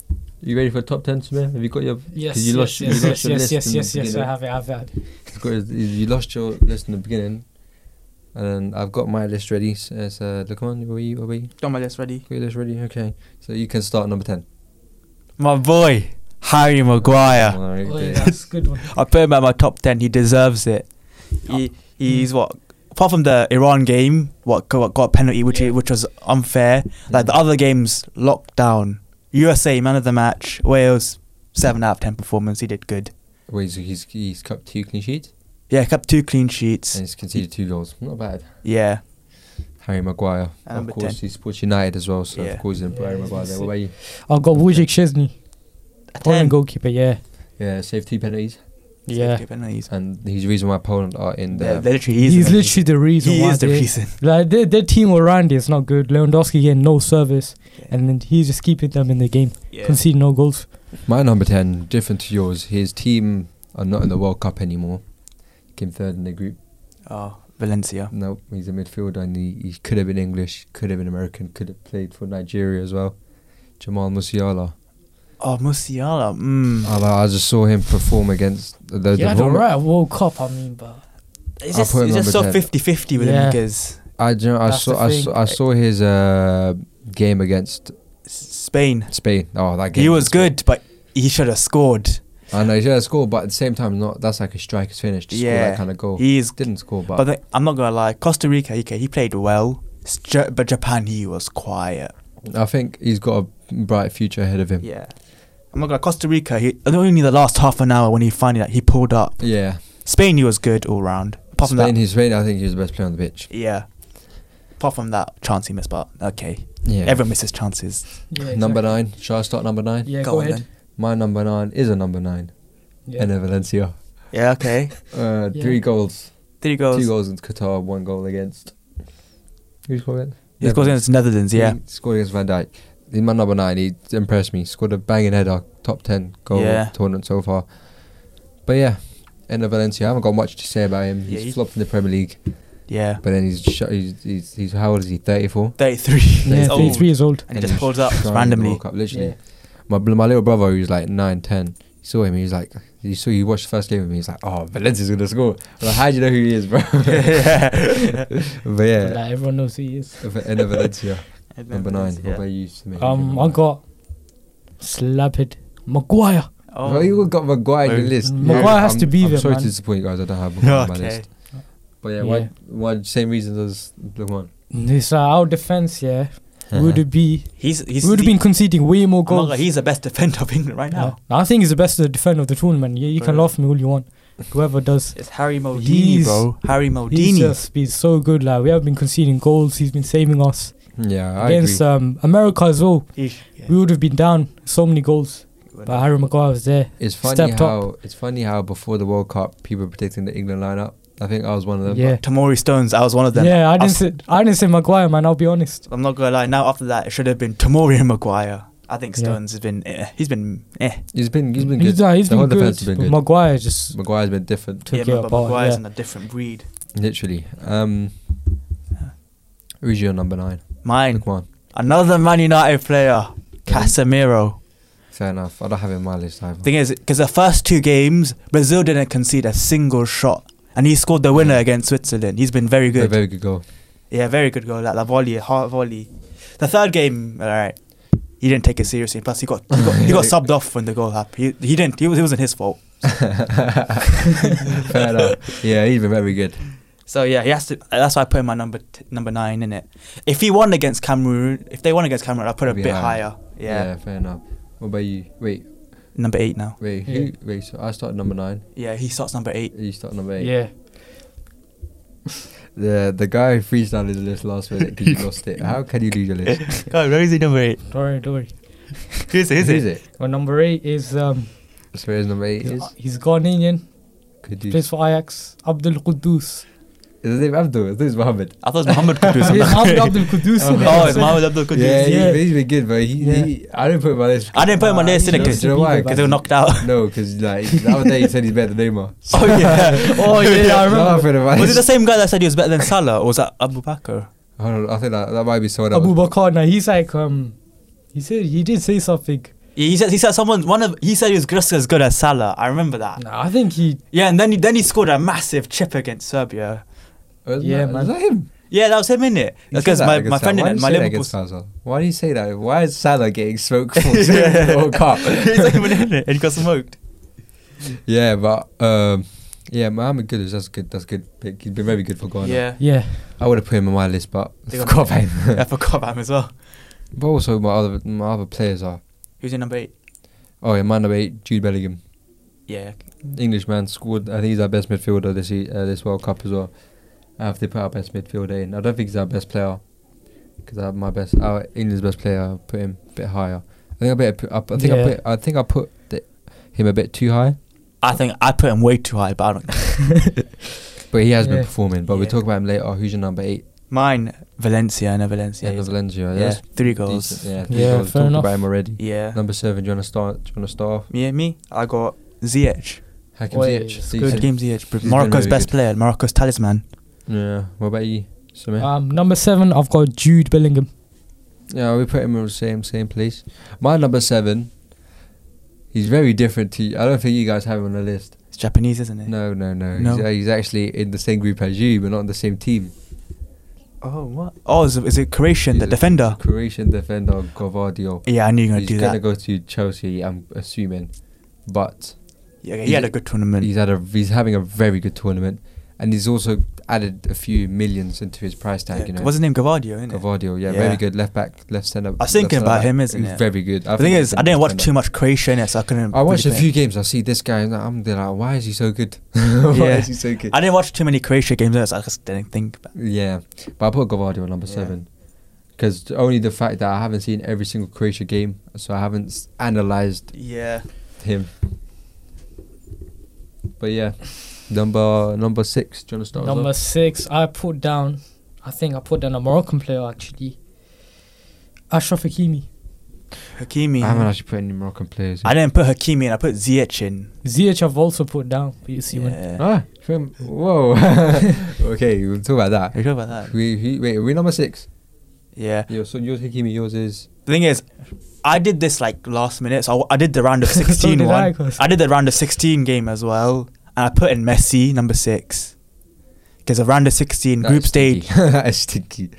You ready for top ten, Samir? Have you got your? Yes. 'Cause you lost- yes. you yes. lost Yes. your Yes. list in the Yes. Yes. yes, I beginning. have it. I have it. You've got- You lost your list in the beginning, and then I've got my list ready. So, so look on, where you, where you? got my list ready. Got your list ready? Okay. So you can start number ten. My boy, Harry Maguire. Alright, Oh, there. yeah, that's a good one. I put him at my top ten. He deserves it. He, he's what apart from the Iran game, what got, what got a penalty, which Yeah. which was unfair. Hmm. Like the other games, lockdown. USA man of the match. Wales seven out of ten performance. He did good. Wait, so he's he's kept two clean sheets Yeah, kept two clean sheets. and he's conceded two goals. Not bad. Yeah, Harry Maguire. And number of course, 10. he's Sports United as well, so Yeah. of course he's in Yeah, Harry he's Maguire. been There. What about you? I've got Wojciech Szczesny, A Poland 10. goalkeeper. Yeah. Yeah, saved two penalties, Yeah. Safety penalties. and he's the reason why Poland are in They're- the. they're literally He's, he's, the- literally the reason he why is the they- reason. Like their, their team around is not good. Lewandowski getting no service, Yeah. and then he's just keeping them in the game, Yeah. conceding no goals. My number ten, different to yours. His team are not in the World Cup anymore. Came third in the group. Oh, Valencia. No, he's a midfielder and he, he could have been English, could have been American, could have played for Nigeria as well. Jamal Musiala. Oh, Musiala. Mm. I, I just saw him perform against the, Uh, the yeah, Roma- right. World Cup, I mean, but it's I'll just, put him it's just so number 10. 50-50 with him Yeah. because I, do you know, I, That's saw, the I thing. saw I saw his uh, game against S- Spain. Spain. Oh, that game. He was good, but he should have scored. I know he should have scored, but at the same time, not that's like a striker's finish to score Yeah. that kind of goal. He He is. didn't score, but, But the, I'm not gonna lie, Costa Rica, okay, he played well. S- Ja- But Japan, he was quiet. I think he's got a bright future ahead of him. Yeah, Yeah, I'm not gonna lie, Costa Rica. He only the last half an hour when he finally like, he pulled up. Spain, he was good all round. Apart from Spain, that, his Spain, I think he was the best player on the pitch. yeah. Apart from that chance he missed, but okay, Yeah. everyone misses chances. yeah, Number exactly. nine. Shall I start number nine? Yeah, go, Go on ahead. then. My number nine is a number nine. Yeah. Enner Valencia. Yeah, okay. Uh, Yeah. Three goals. Three goals. Two goals against Qatar, one goal against. Who scored against? He scores against Netherlands, yeah. He scored against Van Dijk. He's my number nine. He impressed me. Scored a banging header. Top 10 goal Yeah. tournament so far. But yeah, end of Valencia. I haven't got much to say about him. Yeah, He's he- flopped in the Premier League. Yeah. But then he's, sh- he's, he's, he's how old is he? 34? 33. Yeah, He's old. 33 years old. Oh. And he just he's pulls up shining in the randomly. World Cup, literally. Yeah. My, bl- my little brother, who's like 9, 10, he saw him. He was like, he saw you watch the first game with me. He's like, oh, Valencia's going to score. I'm like, how do you know who he is, bro? Yeah. but But, yeah, like, everyone knows who he is. end of Valencia. And then Number nine. Valencia. What about you, Samir? Um, I got slapped Maguire. Oh. Well, you got Maguire in Oh. your list. Maguire Yeah, has I'm- to be I'm there, sorry man. to disappoint you guys. I don't have Maguire on my Okay. list. But yeah, Yeah. Why, why? Same reasons as Lukman. This uh, our defense, yeah, would be He's Uh-huh. he's would have been conceding way more I'm not goals. gonna- he's the best defender of England right Yeah. now. I think he's the best defender of the tournament. Yeah, you can Bro. laugh at me all you want. Whoever does, It's Harry Maldini, He's- bro. Harry he's Maldini. just been so good. Like we have been conceding goals. He's been saving us Yeah, I against agree. um, America as well. He's- yeah. We would have been down so many goals, but Harry Maguire was there. It's funny stepped up. how it's funny how before the World Cup people were predicting the England lineup. I think I was one of them. Yeah, Tamori Stones, I was one of them. yeah. I didn't was- say I didn't say Maguire, man. I'll be honest. I'm not gonna lie. Now after that, it should have been Tamori and Maguire. I think Yeah. Stones has been eh, he's been eh. He's been he's been good. He's, uh, he's the been whole good. defense has been but good. Maguire just Maguire's been different, took yeah, it but apart. Maguire's yeah. in a different breed. literally. Um, who's your number nine? Mine, Lukman. another Man United player, Casemiro. Fair enough. I don't have him on my list either. Thing is, because the first two games Brazil didn't concede a single shot, and he scored the winner against Switzerland. He's been very A good. very good goal. Yeah, very good goal. Like the volley, hard volley. The third game, all right. He didn't take it seriously. Plus, he got he got, he got subbed off when the goal happened. He, he didn't. He was, it wasn't his fault. Fair enough. Yeah, he's been very good. So yeah, he has to. That's why I put him my number t- number nine in it. If he won against Cameroon, if they won against Cameroon, I put a Be bit higher. higher. Yeah. fair enough. What about you? Wait, number eight now. wait, Yeah. who? Wait, so I started number nine. Yeah, he starts number eight. You start number eight. Yeah, The the guy who freestyled his list last minute because you lost it. How can you lose your list? God, where is he number eight? don't worry, don't worry. Who's, who's Who's it? it? Well, number eight is um, So where's number eight he's, is? he's Ghanaian, Could you? plays for Ajax, Abdul Qudus. Is his name Abdul? This is Mohammed. I thought it was Mohammed Kudus. It's Abdul Abdul Qudus. Oh, oh, it's Mohammed Abdul Kudus. Yeah, he- yeah. he's been good, but he, he I didn't put him on this. I didn't put him on Nah, this in you it know- because you know Because- why? because they were knocked out. No, because like the other day he said he's better than Neymar. Oh yeah. Oh, yeah, I remember. Was it the same guy that said he was better than Salah, or was that Abu Bakr? I don't know. I think that, that might be someone else. Abu Bakr. Now he's like um, he said he did say something. He said he said someone one of he said he was just as good as Salah. I remember that. Nah, I think he. Yeah, and then he then he scored a massive chip against Serbia. Wasn't Yeah, that, man. Was that him? Yeah, that was him in it. He Because said that my, against my friend Salah. Why in did he it, say that my Liverpool. against Salah? Why do you say that? Why is Salah getting smoked for saying the World Cup? He's like he went in it and he got smoked. Yeah, but um, yeah, Mohamed Kudus, that's good. That's good. Pick. He's been very good for Ghana. Yeah, Yeah, I would have put him on my list, but I They got- forgot about him. I forgot about him as well. but also my other my other players are. Who's in number eight? Oh yeah, man number eight, Jude Bellingham, Yeah, Englishman, scored. I think he's our best midfielder this e- uh, this World Cup as well. I have to put our best midfielder in. I don't think he's our best player because I have my best our England's best player. I put him a bit higher. I think I better put up. I think I Yeah. put. I think I put the, him a bit too high. I think I put him way too high, but I don't. But he has been Yeah. performing. But we'll Yeah. talk about him later. Who's your number eight? Mine Valencia and Valencia. Yeah, Yeah, Valencia. yeah, Yes. three goals. Decent, yeah, Yeah, yeah fair talked enough. about him already. Yeah, Number seven, do you want to start? Do you want to start off? yeah, me. I got Ziyech. Hakim Wait, Ziyech, it's decent. Good. Hakim Ziyech, He's been Morocco's really best good. player, Morocco's talisman. Yeah. What about you, Samir? um, number seven. I've got Jude Bellingham. yeah, we put him in the same same place. My number seven. He's very different to. You. I don't think you guys have him on the list. It's Japanese, isn't it? No, no, no. No. He's, uh, he's actually in the same group as you, but not on the same team. Oh what? Oh, is, is it Croatian, He's the a defender? Croatian defender Govardio. Yeah, I knew you were gonna He's do gonna that. go to Chelsea. I'm assuming, but yeah, he he's had a- a good tournament. he's had a he's having a very good tournament, and he's also added a few millions into his price tag. Yeah, you know, What's his name? Gavardio, isn't it? Gavardio, yeah, Yeah. very good left back, left centre. I was thinking left about centre-back. him, isn't He's it? very good. I The thing think is, he's I didn't watch defender. too much Croatia in it, so I couldn't. I watched a really few think. games. I see this guy, and I'm there like, why is he so good? why Yeah. is he so good? I didn't watch too many Croatia games, so I just didn't think. About yeah, but I put Gavardio at number Yeah. seven because only the fact that I haven't seen every single Croatia game, so I haven't s- analysed Yeah. him. But yeah, Number number six. Do you want to start? us Number off? six, I put down. I think I put down a Moroccan player actually. Ashraf Hakimi, Hakimi. I haven't actually put any Moroccan players. I didn't put Hakimi in. I put Ziyech in. Ziyech I've also put down. But you see when Yeah. Ah, from- whoa. okay, we'll talk about that. We talk about that. We, he, wait, are we number six? Yeah. Yo, so yours Hikimi, yours is The thing is, I did this like last minute. So I, I did the round of So 16 did one. I, 'cause- I did the round of 16 game as well. And I put in Messi, number six. Because the round of 16, that group is sticky. stage. that is sticky.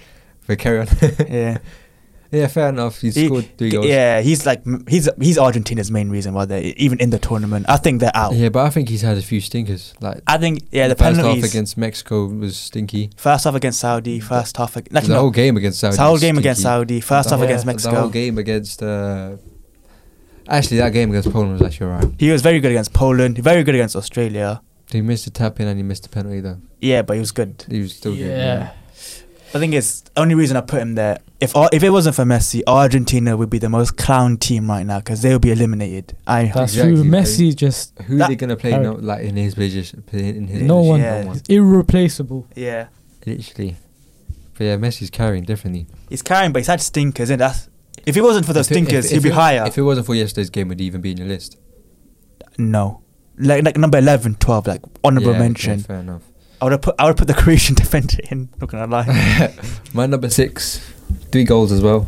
But carry on. Yeah. yeah, fair enough. He He- scored three goals. Yeah, he's like he's he's Argentina's main reason why they're e, even in the tournament. I think they're out. Yeah, but I think he's had a few stinkers. Like I think Ah, yeah, the first penalties. half against Mexico was stinky. first half against Saudi, first half ag- The no, whole game against Saudi. the whole was game against stinky. Saudi, first The half whole- against The Mexico. whole game against. Uh, actually, that game against Poland was actually alright. He was very good against Poland, very good against Australia. He missed a tap in and he missed a penalty though. Yeah, but he was good. He was still yeah. good. The thing is, the only reason I put him there, if Ar- if it wasn't for Messi, Argentina would be the most clown team right now because they would be eliminated. I that's Exactly, true. bro. Messi just Who are That- they gonna play? Harry- No, like in his position. In his No position, one. Yeah. is irreplaceable. yeah, Literally. But yeah, Messi's carrying differently. he's carrying, but he's had stinkers, and that's if it wasn't for those If it- if- stinkers, if he'd be it- higher. If it wasn't for yesterday's game, would he even be in your list? no. Like, like number 11, 12, like honorable Yeah, okay, mention. fair enough. I would have put I would put the Croatian defender in. Not gonna lie. My number six, three goals as well.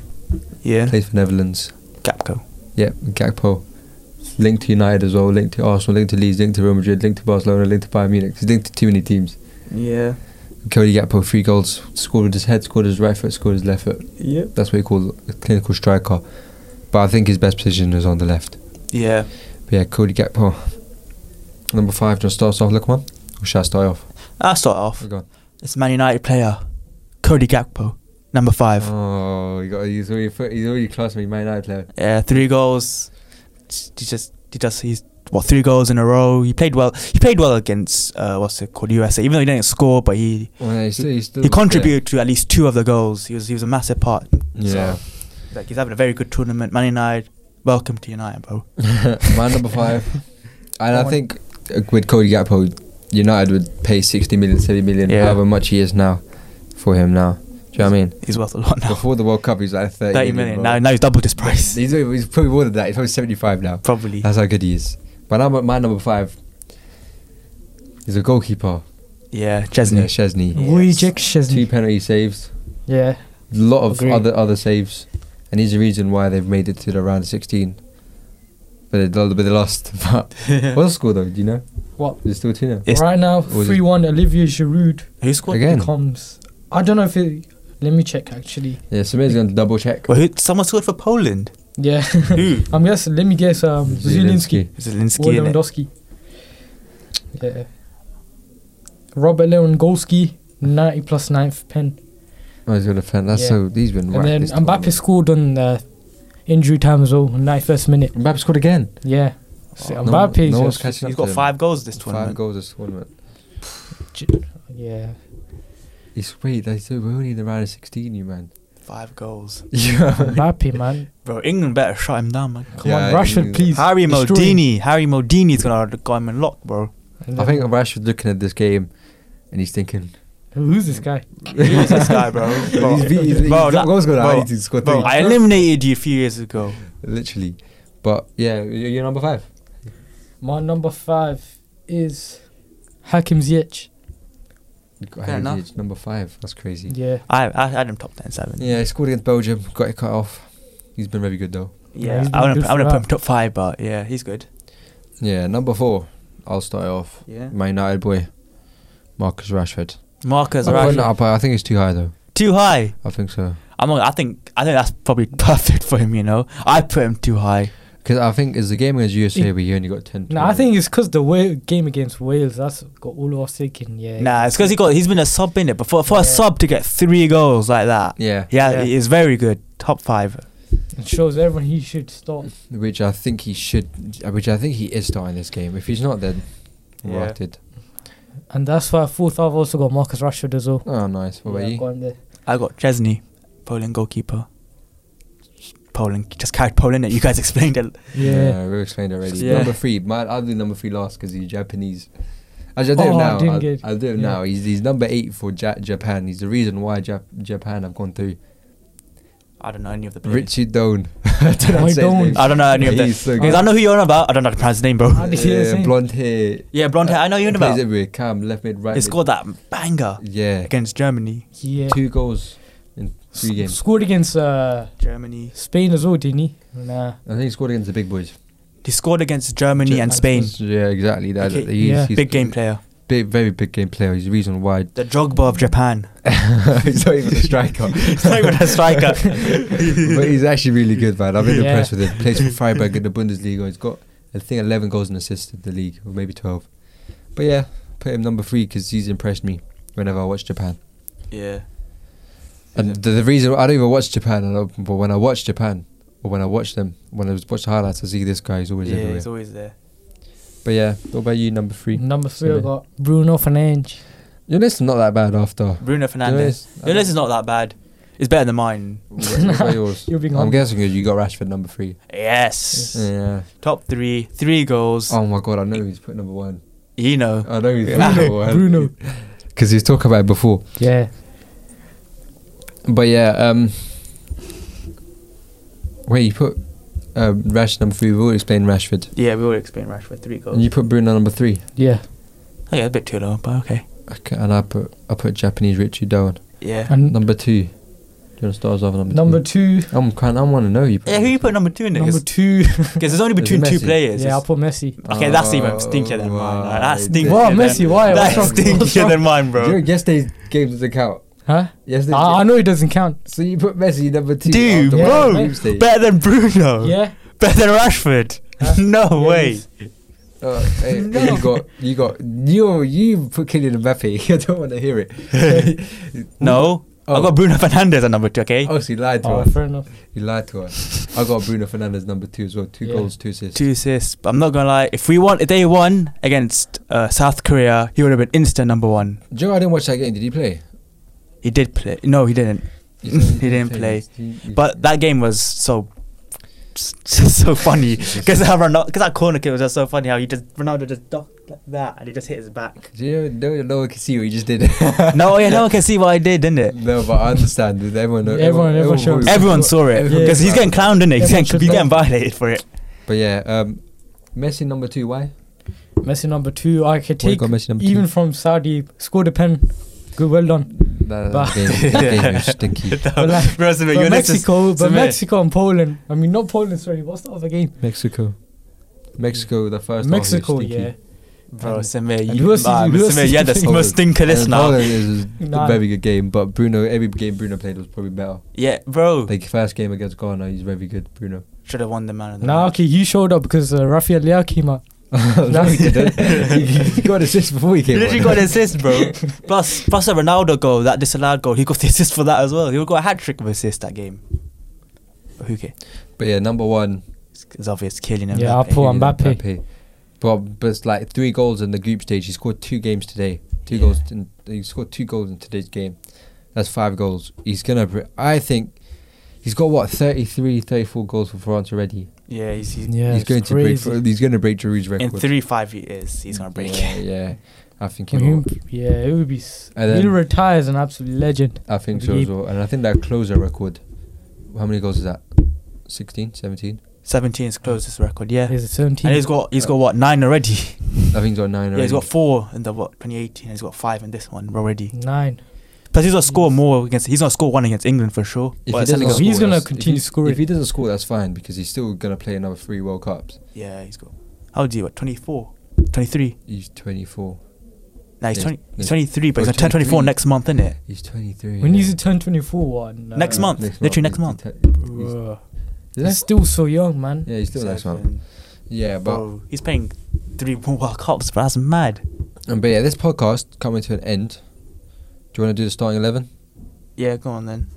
Yeah, Plays for Netherlands. Gapco. Yeah, Gakpo. Linked to United as well. Linked to Arsenal. Linked to Leeds. Linked to Real Madrid. Linked to Barcelona. Linked to Bayern Munich. He's linked to too many teams. Yeah, Cody Gakpo, three goals. Scored with his head. Scored with his right foot. Scored with his left foot. yeah, That's what he called a clinical striker. But I think his best position is on the left. yeah. But yeah, Cody Gakpo. Number five. Do you want to start us off, Lukman? Or shall I start off? I'll start off. Oh, go on. It's Man United player Cody Gakpo, number five. Oh, you got, he's already fir- he's already classmate Man United player. Yeah, three goals. He just he just he's what three goals in a row. He played well. He played well against uh, what's it called USA. Even though he didn't score, but he Well, he's still, he's still he contributed to at least two of the goals. He was he was a massive part. Yeah. Like he's having a very good tournament. Man United, welcome to United, bro. My number five, and I Go on. think uh, with Cody Gakpo, United would pay 60 million, 70 million, Yeah. however much he is now, for him now. Do you know what I mean? He's worth a lot now. Before the World Cup, he was like 30, Thirty million. Now bro. now he's doubled his price. He's, he's probably more than that. He's probably 75 now. Probably. That's how good he is. But I'm at my number five. He's a goalkeeper. Yeah, Yeah, Chesney. Chesney. Rui Jack Szczesny. Two penalty saves. Yeah. lot of Agree. other other saves, and he's the reason why they've made it to the round of 16. But they, but they lost. But what's the score though? Do you know? What? Is it still 2 0? It's- right now, was it- three one. Olivier Giroud Who scored? Again? becomes. I don't know if it. Let me check actually. Yeah, Samir's going to double check. Well, who, someone scored for Poland. Yeah. Who? I'm guessing. Let me guess. Um, Zielinski. Or Zelinski. innit? Lewandowski. Yeah. Robert Lewandowski, 90 plus ninth pen. Oh, he's got a fan. That's Yeah. so. He's been right. and then this Mbappe tournament. scored on uh, injury time as well, 91st minute. Mbappe scored again. Yeah. So Oh, No- Mbappe's no one's just- catching He's up to got him. five goals this Five tournament. goals this tournament. yeah. It's wait, they said we're only in the round of 16, you man. Five goals. yeah. Mbappe, man. Bro, England better shut him down, man. Come Yeah, on, Rashford, he's- please. Harry destroy Maldini. Harry Maldini's gonna go him in lock, bro. And I then- think Rashford's looking at this game, and he's thinking. Who's this guy? Who's this guy, bro? Bro, he's, he's, he's bro, got that- goals scored. I bro, need to score bro, three. I eliminated you a few years ago. Literally, but yeah, you're you're number five. My number five is Hakim Ziyech. Got Fair enough. Heritage, number five. That's crazy. Yeah. I I had him top ten seven. Yeah, he scored against Belgium, got it cut off. He's been very good though. Yeah, he's been I wanna good put, I for wanna that. put him top five, but yeah, he's good. Yeah, number four. I'll start it off. Yeah. My United boy, Marcus Rashford. Marcus I put him Rashford. up, but I think it's too high though. Too high. I think so. I'm not, I think I think that's probably perfect for him, you know. I put him too high. Because I think it's the game against USA where he only got 10. No, I think it's because the wa- game against Wales, that's got all of us thinking, yeah. Nah, it's because he got he's been a sub in it, but for, for Yeah. a sub to get three goals like that, Yeah, yeah, Yeah. it's very good. Top five. It shows everyone he should stop. which I think he should. Which I think he is starting this game. If he's not, then Yeah. rotted. And that's why I thought I've also got Marcus Rashford as well. Oh, nice. What Yeah, about I've you? got him there. I got Chesney, Poland goalkeeper. Poland just carried Poland. It you guys explained it. Yeah. we explained already. Yeah. Number three. My, I'll do number three last because he's Japanese. Actually, I'll do Oh, him I now. didn't I'll, get- I'll do him yeah. now. He's, he's number eight for ja- Japan. He's the reason why Jap- Japan have gone through. I don't know any of the players. Richie Doan. Why Doan? I don't know any of He's so them. Because I good. know who you're on about. I don't know how to pronounce his name, bro. How did you Yeah, say? blonde hair. Yeah, blonde hair. I know who you're on Plays about. everywhere. Cam, left mid, right He mid. scored that banger Yeah. against Germany. Yeah. Two goals in S- three games. Scored against uh, Germany. Spain as well, didn't he? Nah. I think he scored against the big boys. He scored against Germany and Germany. Spain. Yeah, exactly. That Okay. he's, Yeah. he's Big game player. Big, very big game player. He's the reason why The Drogba of Japan. he's not even a striker. He's not even a striker. but he's actually really good, man. I've been Yeah. impressed with him. Plays for Freiburg in the Bundesliga. He's got, I think, 11 goals and assists in the league, or maybe 12. But yeah, put him number three because he's impressed me whenever I watch Japan. yeah. And the, the reason I don't even watch Japan, I don't- but when I watch Japan, or when I watch them, when I watch the highlights, I see this guy. He's always yeah, everywhere. he's always there. but yeah, what about you, number three? Number three, I Silly. got Bruno Fernandes. Your list is not that bad after. Bruno Fernandes. Your list is not that bad. It's better than mine. What about yours? You're being I'm humble. guessing you got Rashford number three. Yes. Yeah. Top three. Three goals. Oh my god, I know he's put number one. You know. I know he's put Yeah. number one. Bruno. Because he was talking about it before. Yeah. But yeah, um. Wait, you put uh, Rash number three. We will explain Rashford. Yeah, we already explained Rashford. Three goals. And you put Bruno number three. Yeah. Oh, yeah, a bit too low, but okay. Okay, and I put I put Japanese Richie Doan. Yeah. And Number two. Do you want to start us off with number, number two. two? I'm kind. I want to know you. put Yeah, who number you put number two in Number Because two. there's Is only it between two Messi? players. yeah, I It's- put Messi. Okay, that's even stinkier than Oh mine. my That's stinkier. days. Wow, than- Messi, why? That's What's wrong? What's stinkier wrong? than mine, You know, bro. yesterday's game doesn't count. Huh? Yesterday's I, I game. know it doesn't count. So you put Messi number two. Dude, after bro, one group stage. Better than Bruno. Yeah. Better than Rashford. Huh? no Yeah, way. he's- Oh, hey, you got, you got, you you put Kylian Mbappe. I don't want to hear it. No. Oh, I got Bruno Fernandez at number two, okay? oh, so you lied to Oh, us. fair enough. You lied to us. I got Bruno Fernandez number two as well. Two Yeah. goals, two assists. Two assists. But I'm not gonna lie, if we won if they won against uh, South Korea, he would have been instant number one. Joe, I didn't watch that game. Did he play? He did play no, he didn't. He, He didn't play. But that game was so so funny because that corner kick was just so funny how he just Ronaldo just ducked like that and he just hit his back. Do you know, no, no one can see what he just did. no, yeah, no one can see what I did, didn't it? no, but I understand. Everyone, everyone, Everyone- everyone showed- Everyone saw it Everyone because he's saw getting clowned, isn't it? He's Everyone getting, should he's know. getting violated for it. But yeah, um, Messi number two. Why? Messi number two. I could Why you take got Messi number even two? from Saudi. Scored a pen. Good, well done. That, But- that game, that game was stinky. But like- Bro, Samir, But your next is- Mexico, but Samir. Mexico and Poland. I mean, not Poland. Sorry, what's the other game? Mexico. Mexico, the first. half was Mexico. stinky. Yeah. Bro, And- Samir, and you, who else man, is- who else Samir, is you had the defending? most stinker list And now. Haaland is Nah. a very good game, but Bruno, every game Bruno played was probably better. Yeah, bro. Like first game against Ghana, he's very good, Bruno. Should have won the man of the Nah, match. okay, you showed up because uh, Rafael Leao came out. no, he didn't. He- he got assist before he He came. literally on. got an assist, bro. plus, plus a Ronaldo goal, that disallowed goal. He got the assist for that as well. He got a hat trick of assists that game. But who cares? But yeah, number one. It's, it's obvious, killing him. Yeah, I put- Poor Mbappe. But but it's like three goals in the group stage. He scored two games today. Two Yeah. goals. In, he scored two goals in today's game. That's five goals. He's gonna. br- I think he's got what 33, 34 goals for France already. yeah, he's, he's Yeah, he's it's going to crazy. break. He's going to break Giroud's record. in three five years he's gonna break Yeah, it. yeah. I think he For will. him, yeah, it would be. s And then- he'll retire as an absolute legend. I think so as well. And I think that closer record, how many goals is that? 16, 17? 17's closest record, yeah. He's a 17. and he's got he's got what nine already. I think he's got nine Yeah, he's already. got four in the what 2018. He's got five in this one already. nine. Plus, he's gonna score more against. He's gonna score one against England for sure. If Well, he it's only doesn't Senegal. score, He's gonna that's- if continue he- scoring. If he doesn't score, that's fine because he's still going to play another three World Cups. got- yeah, he's got. How old are you? What 24, 23? He's 24. No, he's Yeah, 20, yeah. he's 23, but Oh, he's gonna turn 24 23. next month, isn't it? He's 23. When yeah. he's turn 24, one. uh, Next month, literally next month. He's- Bruh. Is He's that- still so young, man. Yeah, he's still next month. Seven. Yeah, but Bro, he's playing three more World Cups, but that's mad. um, but yeah, this podcast coming to an end. Do you want to do the starting eleven? Yeah, go on then.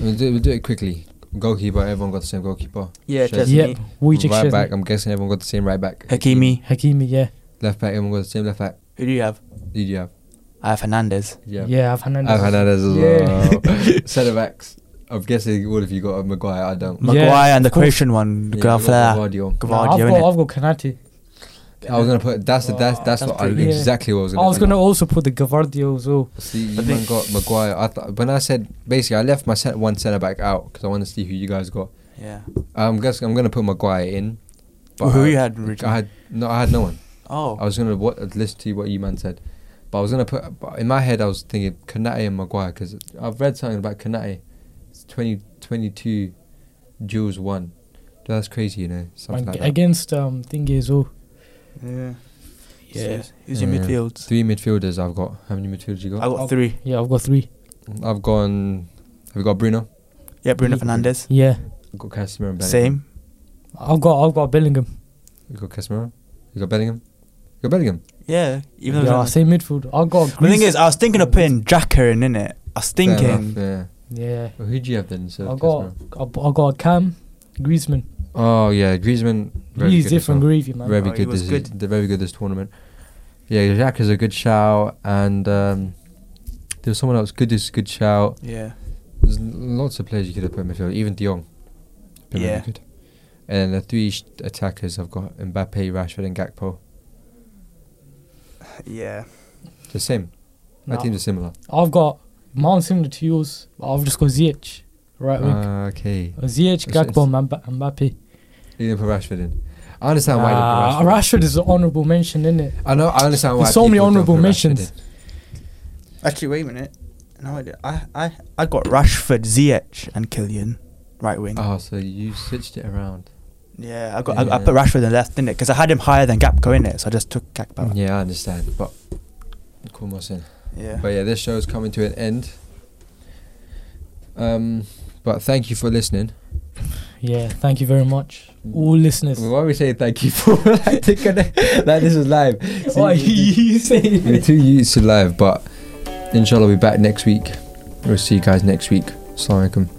We'll do, we'll do it quickly. Goalkeeper, everyone got the same goalkeeper. Yeah, Chesney. Chesney. Yep. Wojciech right Szczesny. back, I'm guessing everyone got the same right back. Hakimi. Hakimi, yeah. Left back, everyone got the same left back. Who do you have? Who do you have? I have Fernandez. Yeah. Yeah, I've Hernandez. I've had that as Yeah. well. Centre backs. I'm guessing all of you got a Maguire. I don't. Yeah, Maguire and the of course. Croatian one, Yeah, yeah, you got Grafler. Guardiola. Nah, I've, Gavardio, got, innit? I've got Kanate. I was gonna put that's the that's that's, That's what I, pretty- yeah. exactly what I was I gonna. was put. gonna also put the Gavardio as well. See, you I think- man got Maguire. I th- when I said basically, I left my cent- one centre back out because I want to see who you guys got. Yeah. I'm guess I'm gonna put Maguire in. Well, who I, you had I originally? had no, I had no one. I Oh. was gonna what, listen to what you man said, but I was gonna put but in my head. I was thinking Kanate and Maguire because I've read something about Kanate. It's 20, 22 duels won. That's crazy, you know. Something Ag- like that. against um thingy as well. Yeah. Yeah. So Who's your Yeah. midfield? Three midfielders I've got. How many midfielders you I got? got three. Yeah, I've got three. I've gone. Have you got Bruno? Yeah, Bruno Yeah. Fernandez. Yeah, I've got Casemiro. and Bellingham. Same. I've got I've got Bellingham. You got Casemiro. You got Bellingham. You got Bellingham. Yeah. Even though Yeah, yeah, same midfield. I've got. the thing Greece. is, I was thinking of putting Jacker in innit. I was Fair thinking. enough, Yeah. yeah, Well, who do you have then? So I've got I've, I've got Cam, Griezmann. Oh yeah, Griezmann. very He's good as different, well. Griezmann. man. Very Oh, he good. was This good. They're very good this tournament. Yeah, Jack is a good shout, and um, there's someone else. Good is a good shout. Yeah. There's lots of players you could have put in midfield. Even De Jong. Been really Yeah. good. And the three sh- attackers I've got Mbappe, Rashford, and Gakpo. Yeah. The same. My Nah, teams are similar. I've got Mount similar to yours. but I've just got Ziyech, right wing. Ah, okay. Ziyech, it's- Gakpo, Mba- Mbappe. You didn't put Rashford in. I understand why. Nah, you didn't put Rashford. in. Ah, Rashford is an honourable mention, isn't it? I know. I understand why. There's so many people don't honourable put Rashford mentions. in. Actually, wait a minute. No, I did. I I I got Rashford, Ziyech, and Killian, right wing. Oh, so you switched it around. Yeah, I got. I, I Yeah. put Rashford in left in it because I had him higher than Gapco in it, so I just took Gakpo. Yeah. Yeah, I understand. But cool, Mohsin. But yeah, this show is coming to an end. Um, but thank you for listening. Yeah, thank you very much, all listeners. Why we say thank you for like, to connect- like this is live. See, Why are you saying We're it? too used to live, but inshallah we'll be back next week. We'll see you guys next week. Assalamu alaikum.